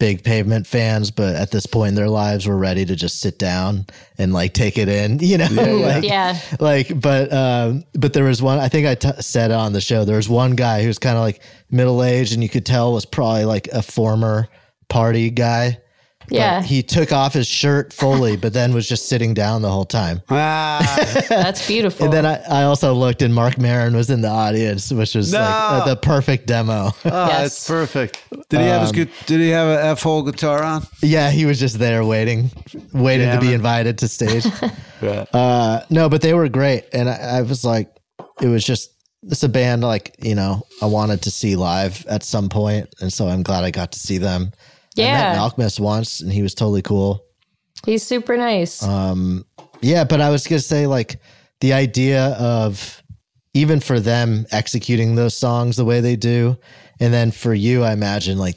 Speaker 4: big pavement fans, but at this point in their lives were ready to just sit down and like take it in, you know? like,
Speaker 5: yeah.
Speaker 4: like but um but there was one i think i t- said on the show there was one guy who's kind of like middle aged and you could tell was probably like a former party guy But
Speaker 5: Yeah.
Speaker 4: he took off his shirt fully but then was just sitting down the whole time
Speaker 3: Ah,
Speaker 5: That's beautiful.
Speaker 4: and then uh, I, I also looked and mark Maron was in the audience which was like
Speaker 3: No.
Speaker 4: uh, the perfect demo
Speaker 3: Oh, that's perfect. Did he have his
Speaker 4: Um,
Speaker 3: good? Did he have an F hole guitar on?
Speaker 4: Yeah, he was just there waiting, waiting to
Speaker 3: Jamming.
Speaker 4: be invited to stage. uh, no, but they were great, and I, I was like, it was just it's a band like you know I wanted to see live at some point, and so I'm glad I got to see them. I
Speaker 5: Yeah.
Speaker 4: met Malcolmus once, and he was totally cool.
Speaker 5: He's super nice.
Speaker 4: Um, yeah, but I was gonna say like the idea of even for them executing those songs the way they do, and then for you, I imagine like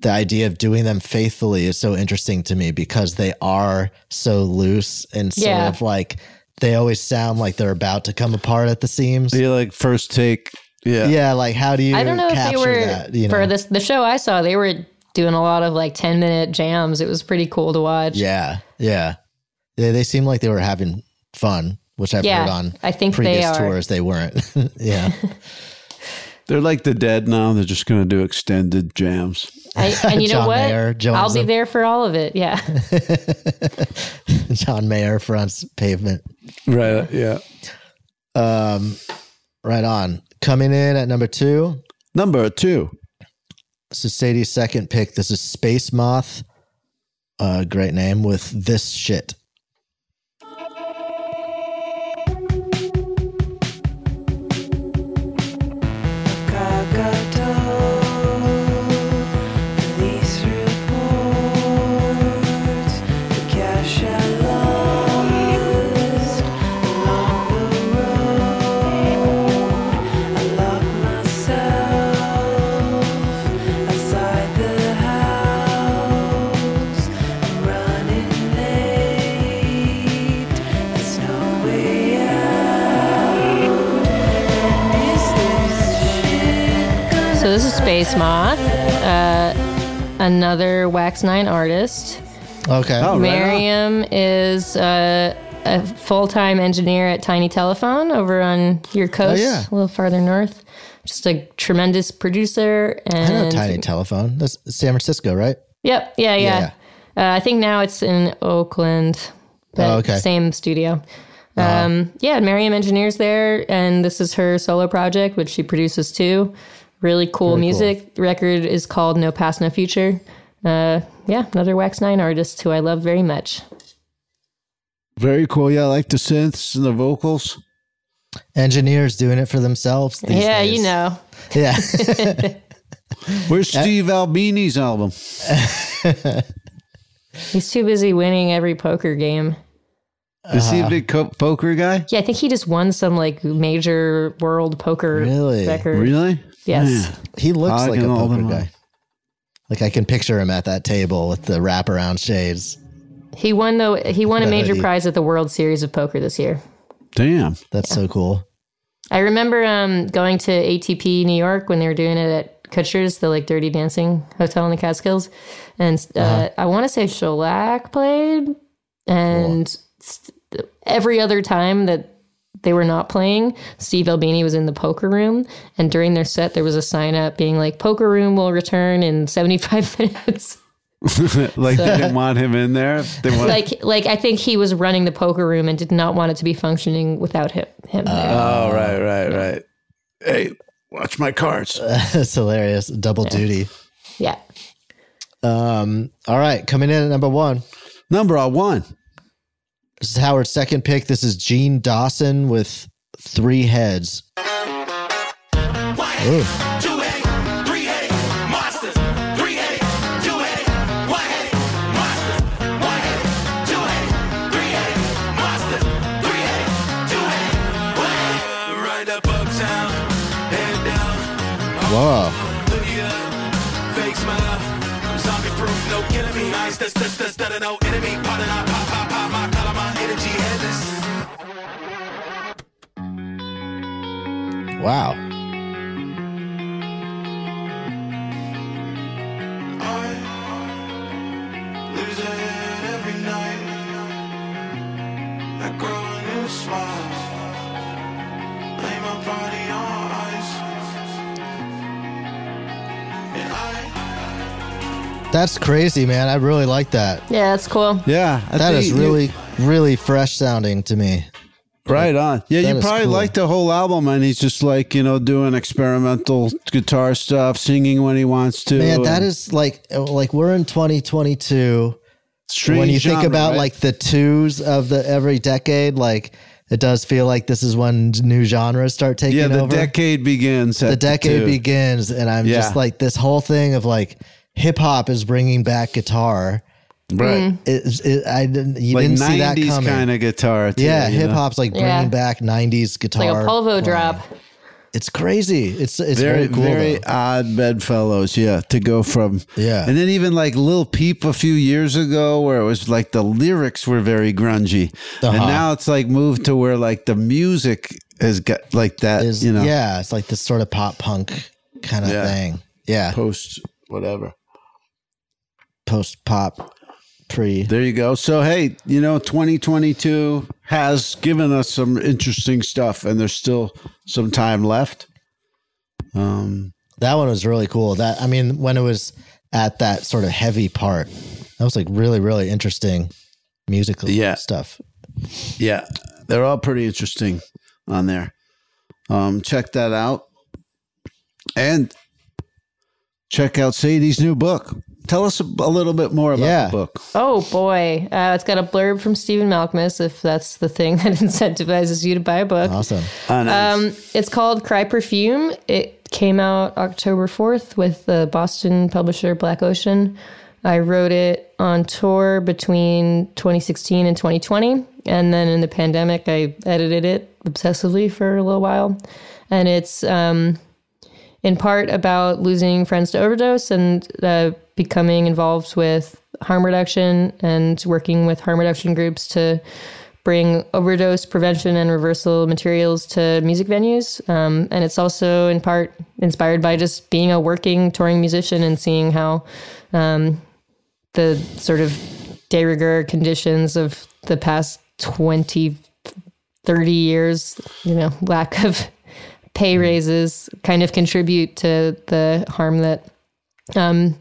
Speaker 4: the idea of doing them faithfully is so interesting to me because they are so loose and sort
Speaker 3: Yeah.
Speaker 4: of like they always sound like they're about to come apart at the seams.
Speaker 3: Yeah, like first take. Yeah,
Speaker 4: yeah. Like how do you?
Speaker 5: I don't know if
Speaker 4: capture
Speaker 5: they were
Speaker 4: that, you know?
Speaker 5: for this the show I saw. They were doing a lot of like ten minute jams. It was pretty cool to watch.
Speaker 4: Yeah, yeah. They they seem like they were having fun, which I've
Speaker 5: Yeah,
Speaker 4: heard on
Speaker 5: I think they
Speaker 4: previous
Speaker 5: are.
Speaker 4: tours they weren't. yeah,
Speaker 3: They're like the dead now. They're just gonna do extended jams.
Speaker 5: I, and you know
Speaker 4: John
Speaker 5: what?
Speaker 4: Mayer, Joan
Speaker 5: I'll be
Speaker 4: Zim.
Speaker 5: there for all of it. Yeah,
Speaker 4: John Mayer fronts pavement.
Speaker 3: Right. Yeah.
Speaker 4: Um, right on. Coming in at number two.
Speaker 3: Number two.
Speaker 4: This is Sadie's second pick. This is Space Moth. Uh, great name with this shit.
Speaker 5: so this is Space Moth, uh, another Wax Nine artist.
Speaker 4: Okay.
Speaker 3: Oh.
Speaker 5: Miriam is uh, a full time engineer at Tiny Telephone over on your coast,
Speaker 4: Oh, yeah.
Speaker 5: a little farther north. Just a tremendous producer
Speaker 4: I know
Speaker 5: and
Speaker 4: Tiny Telephone. That's San Francisco, right?
Speaker 5: Yep. Yeah. Yeah. Uh, I think now it's in Oakland. But
Speaker 4: Oh, okay. Uh-huh.
Speaker 5: Same studio. Um, yeah. Miriam engineers there, and this is her solo project, which she produces too. Really cool
Speaker 4: Very
Speaker 5: music. Record is called No Past, No Future. Uh, yeah, another Wax Nine artist who I love very much.
Speaker 3: Very cool. Yeah, I like the synths and the vocals.
Speaker 4: Engineers doing it for themselves. These
Speaker 5: yeah,
Speaker 4: days.
Speaker 5: you know.
Speaker 4: Yeah.
Speaker 3: Where's Steve Albini's album?
Speaker 5: He's too busy winning every poker game.
Speaker 3: Is he a big co- poker guy?
Speaker 5: Yeah, I think he just won some like major world poker
Speaker 4: Really?
Speaker 5: record.
Speaker 3: Really?
Speaker 5: Yes.
Speaker 3: Man.
Speaker 4: He looks
Speaker 3: I
Speaker 4: like a
Speaker 3: can hold
Speaker 4: poker
Speaker 3: him up.
Speaker 4: guy. Like I can picture him at that table with the wraparound shades.
Speaker 5: He won the he won a
Speaker 4: That
Speaker 5: major
Speaker 4: hoodie.
Speaker 5: prize at the World Series of Poker this year.
Speaker 3: Damn.
Speaker 4: That's so cool.
Speaker 5: I remember um, going to ATP New York when they were doing it at Kutcher's, the like Dirty Dancing hotel in the Catskills, and uh,
Speaker 4: Uh-huh.
Speaker 5: I want to say Shellac played, and st- every other time that they were not playing, Steve Albini was in the poker room, and during their set there was a sign up being like "Poker room will return in seventy five minutes."
Speaker 3: like they didn't want him in there. They wanted,
Speaker 5: like, like I think he was running the poker room and did not want it to be functioning without him. him there.
Speaker 3: oh right, right, right. Hey, watch my cards.
Speaker 4: it's hilarious. Double duty.
Speaker 5: Yeah.
Speaker 4: Um, all right, coming in at number one.
Speaker 3: Number one.
Speaker 4: This is Howard's second pick. This is Gene Dawson with three heads. Ooh. Whoa. Wow. That's crazy, man. I really like that.
Speaker 5: Yeah, that's cool.
Speaker 3: Yeah, I
Speaker 4: that
Speaker 3: think
Speaker 4: is
Speaker 3: you-
Speaker 4: really, really fresh sounding to me.
Speaker 3: Right on. Yeah,
Speaker 4: That
Speaker 3: you
Speaker 4: is
Speaker 3: probably
Speaker 4: cool.
Speaker 3: like the whole album, and he's just like you know doing experimental guitar stuff, singing when he wants to.
Speaker 4: Man, that
Speaker 3: and-
Speaker 4: is like like we're in 2022.
Speaker 3: Strange
Speaker 4: when you think
Speaker 3: genre,
Speaker 4: about
Speaker 3: right?
Speaker 4: like the twos of the every decade, like it does feel like this is when new genres start taking
Speaker 3: yeah. The
Speaker 4: over.
Speaker 3: decade begins. At
Speaker 4: the decade
Speaker 3: two.
Speaker 4: begins, and I'm just
Speaker 3: Yeah.
Speaker 4: like this whole thing of like hip hop is bringing back guitar.
Speaker 3: Right. Mm.
Speaker 4: It's- it- I didn't. You
Speaker 3: like
Speaker 4: didn't see that
Speaker 3: nineties
Speaker 4: coming.
Speaker 3: kind of guitar. too,
Speaker 4: yeah,
Speaker 3: you know?
Speaker 4: hip hop's like bringing
Speaker 5: Yeah.
Speaker 4: back '90s
Speaker 5: It's like
Speaker 4: guitar.
Speaker 5: a polvo drop.
Speaker 4: It's crazy. It's it's
Speaker 3: very
Speaker 4: very, cool.
Speaker 3: very
Speaker 4: though.
Speaker 3: odd bedfellows. Yeah, to go from
Speaker 4: Yeah.
Speaker 3: and then even like Lil Peep a few years ago, where it was like the lyrics were very grungy, and
Speaker 4: Uh-huh.
Speaker 3: now it's like moved to where like the music has got like that.
Speaker 4: Is-
Speaker 3: you know,
Speaker 4: yeah, it's like this sort of pop punk kind of
Speaker 3: Yeah.
Speaker 4: thing. Yeah,
Speaker 3: post whatever.
Speaker 4: post pop, pre.
Speaker 3: There you go. So hey, you know, 2022 has given us some interesting stuff, and there's still some time left. Um,
Speaker 4: That one was really cool. That I mean, when it was at that sort of heavy part, that was like really really interesting musical
Speaker 3: Yeah.
Speaker 4: stuff.
Speaker 3: yeah, they're all pretty interesting on there. Um, check that out, and check out Sadie's new book. Tell us a a little bit more about
Speaker 4: Yeah.
Speaker 3: the book.
Speaker 5: Oh boy, uh, it's got a blurb from Stephen Malkmus. If that's the thing that incentivizes you to buy a book,
Speaker 4: Awesome.
Speaker 5: um, it's called Cry Perfume. It came out October fourth with the Boston publisher Black Ocean. I wrote it on tour between 2016 and 2020, and then in the pandemic, I edited it obsessively for a little while, and it's. Um, in part about losing friends to overdose and uh, becoming involved with harm reduction and working with harm reduction groups to bring overdose prevention and reversal materials to music venues. Um, and it's also in part inspired by just being a working touring musician and seeing how um, the sort of de rigueur conditions of the past 20, 30 years, you know, lack of
Speaker 3: Mm.
Speaker 5: pay raises kind of contribute to the harm that um,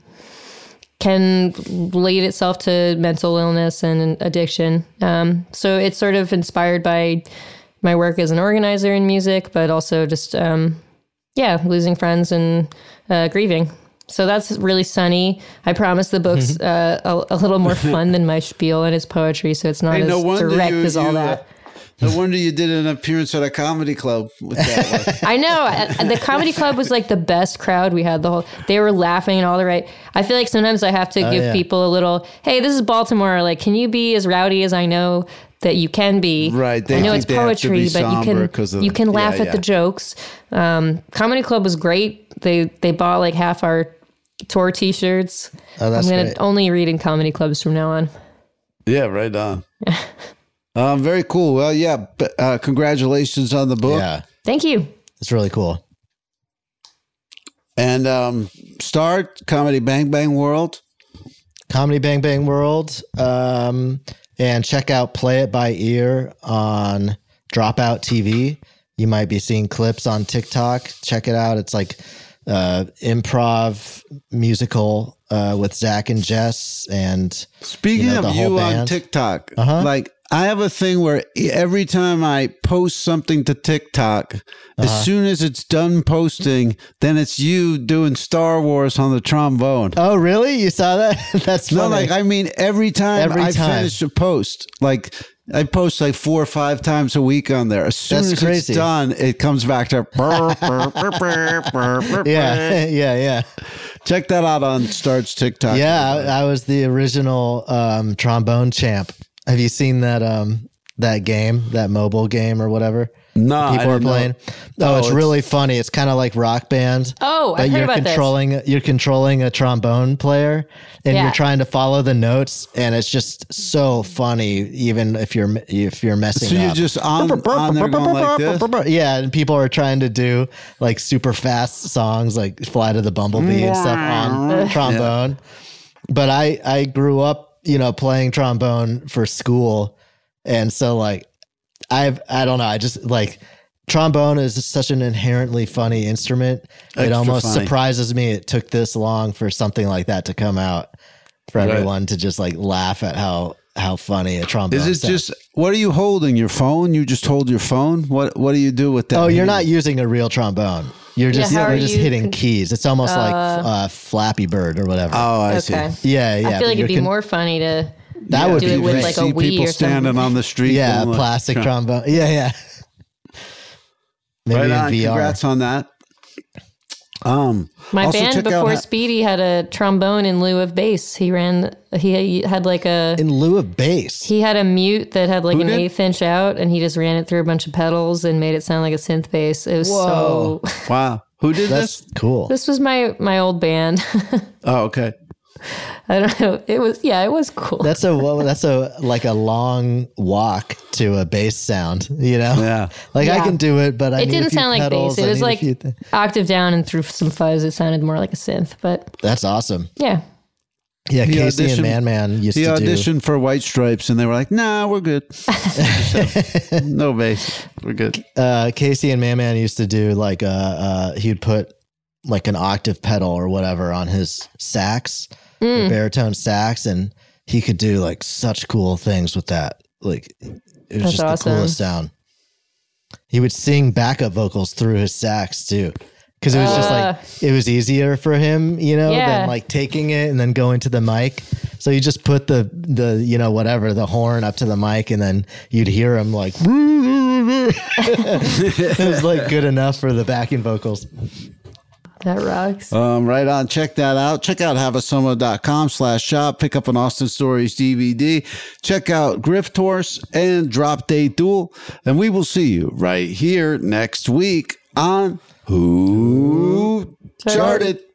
Speaker 5: can relate itself to mental illness and addiction. Um, so it's sort of inspired by my work as an organizer in music, but also just, um, yeah, losing friends and uh, grieving. So that's really sunny. I promise the book's
Speaker 3: Mm-hmm.
Speaker 5: uh, a, a little more fun than my spiel and its poetry, so it's not
Speaker 3: Hey,
Speaker 5: as
Speaker 3: no wonder
Speaker 5: direct
Speaker 3: you-
Speaker 5: as all
Speaker 3: you, uh,
Speaker 5: that.
Speaker 3: No wonder you did an appearance at a comedy club with that one.
Speaker 5: I know uh, the comedy club was like the best crowd we had. The whole they were laughing and all the right. I feel like sometimes I have to
Speaker 4: Oh,
Speaker 5: give
Speaker 4: yeah.
Speaker 5: people a little, hey, this is Baltimore. Like, can you be as rowdy as I know that you can be?
Speaker 3: Right, they
Speaker 5: I know
Speaker 3: think
Speaker 5: it's
Speaker 3: they have to
Speaker 5: poetry,
Speaker 3: be
Speaker 5: but you
Speaker 3: somber
Speaker 5: can
Speaker 3: 'cause of-
Speaker 5: you can laugh
Speaker 3: yeah,
Speaker 5: at the
Speaker 3: yeah.
Speaker 5: jokes. Um, comedy club was great. They they bought like half our tour T-shirts.
Speaker 3: Oh, that's
Speaker 5: I'm gonna
Speaker 3: great.
Speaker 5: only read in comedy clubs from now on.
Speaker 3: Yeah, right on. um, very cool. Well, yeah, but, uh, congratulations on the book.
Speaker 4: Yeah.
Speaker 5: Thank you.
Speaker 4: It's really cool.
Speaker 3: And um, start Comedy Bang Bang World.
Speaker 4: Comedy Bang Bang World. Um, and check out Play It By Ear on Dropout TV. You might be seeing clips on TikTok. Check it out. It's like uh, improv musical uh, with Zach and Jess. And
Speaker 3: Speaking
Speaker 4: know, the
Speaker 3: of
Speaker 4: whole
Speaker 3: you on
Speaker 4: band. Uh-huh.
Speaker 3: TikTok, like I have a thing where e- every time I post something to TikTok,
Speaker 4: Uh-huh.
Speaker 3: as soon as it's done posting, then it's you doing Star Wars on the trombone.
Speaker 4: Oh, really? You saw that? That's
Speaker 3: no,
Speaker 4: funny.
Speaker 3: like I mean, every time
Speaker 4: Every
Speaker 3: I
Speaker 4: time.
Speaker 3: finish a post, like I post like four or five times a week on there. As soon
Speaker 4: That's
Speaker 3: as
Speaker 4: crazy.
Speaker 3: it's done, it comes back to.
Speaker 4: Yeah, yeah, yeah.
Speaker 3: Check that out on Starch TikTok.
Speaker 4: Yeah, I, I was the original um, trombone champ. Have you seen that um, that game, that mobile game or whatever?
Speaker 3: No, I
Speaker 4: people are
Speaker 3: didn't know.
Speaker 4: playing. Oh,
Speaker 3: Oh,
Speaker 4: it's,
Speaker 3: it's-
Speaker 4: really funny. It's kind of like Rock Band.
Speaker 5: Oh, I've
Speaker 4: but
Speaker 5: heard
Speaker 4: you're
Speaker 5: about this.
Speaker 4: controlling you're controlling a trombone player, and
Speaker 5: Yeah.
Speaker 4: you're trying to follow the notes, and it's just so funny, even if you're if you're messing
Speaker 3: So
Speaker 4: up.
Speaker 3: you're just on- on there going like this?
Speaker 4: Yeah, and people are trying to do like super fast songs, like "Fly to the Bumblebee" and stuff on
Speaker 3: Yeah.
Speaker 4: trombone. But I I grew up, you know, playing trombone for school, and so like I've I don't know. I just like trombone is such an inherently funny instrument. it
Speaker 3: Extra
Speaker 4: almost
Speaker 3: funny.
Speaker 4: surprises me it took this long for something like that to come out for
Speaker 3: Right.
Speaker 4: everyone to just like laugh at how how funny a trombone
Speaker 3: Is it
Speaker 4: sounds.
Speaker 3: just what are you holding? Your phone? You just hold your phone? What What do you do with that?
Speaker 4: Oh, you're
Speaker 3: hand?
Speaker 4: not using a real trombone. You're
Speaker 5: Yeah,
Speaker 4: just
Speaker 5: how are
Speaker 4: you're just
Speaker 5: you
Speaker 4: hitting
Speaker 5: con-
Speaker 4: keys. It's almost like
Speaker 5: Uh.
Speaker 4: uh, Flappy Bird or whatever.
Speaker 3: Oh, I
Speaker 5: Okay.
Speaker 3: see.
Speaker 4: yeah, yeah.
Speaker 5: I feel
Speaker 4: but
Speaker 5: like
Speaker 4: you're
Speaker 5: it'd be
Speaker 4: con-
Speaker 5: more funny to
Speaker 4: That would
Speaker 5: do
Speaker 4: be
Speaker 5: it with
Speaker 4: great.
Speaker 5: like a
Speaker 3: See
Speaker 5: Wii
Speaker 3: people
Speaker 5: or
Speaker 3: standing
Speaker 5: something.
Speaker 3: on the street.
Speaker 4: yeah,
Speaker 3: going like-
Speaker 4: plastic
Speaker 3: Try-
Speaker 4: trombone. Yeah, yeah. Maybe
Speaker 3: Right
Speaker 4: in
Speaker 3: on.
Speaker 4: VR.
Speaker 3: Congrats on that. Um,
Speaker 5: My
Speaker 3: also
Speaker 5: band
Speaker 3: check out
Speaker 5: before
Speaker 3: how-
Speaker 5: Speedy had a trombone in lieu of bass. He ran. He had like a.
Speaker 4: In lieu of bass.
Speaker 5: He had a mute that had like
Speaker 3: Who
Speaker 5: an
Speaker 3: did?
Speaker 5: eighth inch out, and he just ran it through a bunch of pedals and made it sound like a synth bass. It was
Speaker 4: Whoa.
Speaker 5: so.
Speaker 3: Wow, who did
Speaker 4: That's
Speaker 3: this?
Speaker 4: cool.
Speaker 5: This was my my old band.
Speaker 3: Oh, okay.
Speaker 5: I don't know. It was yeah. It was cool.
Speaker 4: That's a well, that's a like a long walk to a bass sound, you know.
Speaker 3: Yeah.
Speaker 4: Like I
Speaker 5: Yeah.
Speaker 4: can do it, but I
Speaker 5: it
Speaker 4: need a
Speaker 5: didn't
Speaker 4: few
Speaker 5: sound like
Speaker 4: pedals,
Speaker 5: bass. It
Speaker 4: I
Speaker 5: was
Speaker 4: need a
Speaker 5: like
Speaker 4: few thi-
Speaker 5: octave down and through some fuzz. It sounded more like a synth. But
Speaker 4: that's awesome.
Speaker 5: yeah,
Speaker 4: Yeah,
Speaker 3: He
Speaker 4: Casey
Speaker 3: auditioned-
Speaker 4: and Man Man used
Speaker 3: He
Speaker 4: to do.
Speaker 3: auditioned for White Stripes, and they were like, "Nah, we're good. So, no bass. We're good."
Speaker 4: uh, Casey and Man Man used to do like uh, uh, he'd put like an octave pedal or whatever on his sax,
Speaker 5: Mm.
Speaker 4: baritone sax, and he could do like such cool things with that. Like it was
Speaker 5: That's
Speaker 4: just the
Speaker 5: awesome.
Speaker 4: coolest sound. He would sing backup vocals through his sax too. Cause it was just
Speaker 5: Uh.
Speaker 4: like it was easier for him, you know,
Speaker 5: Yeah.
Speaker 4: than like taking it and then going to the mic. So you just put the the you know whatever the horn up to the mic, and then you'd hear him like it was like good enough for the backing vocals.
Speaker 5: that rocks.
Speaker 3: Um, right on. Check that out. Check out haveasoma.com slash shop. Pick up an Austin Stories DVD. Check out Grift Horse and Drop Day Duel. And we will see you right here next week on Who Charted.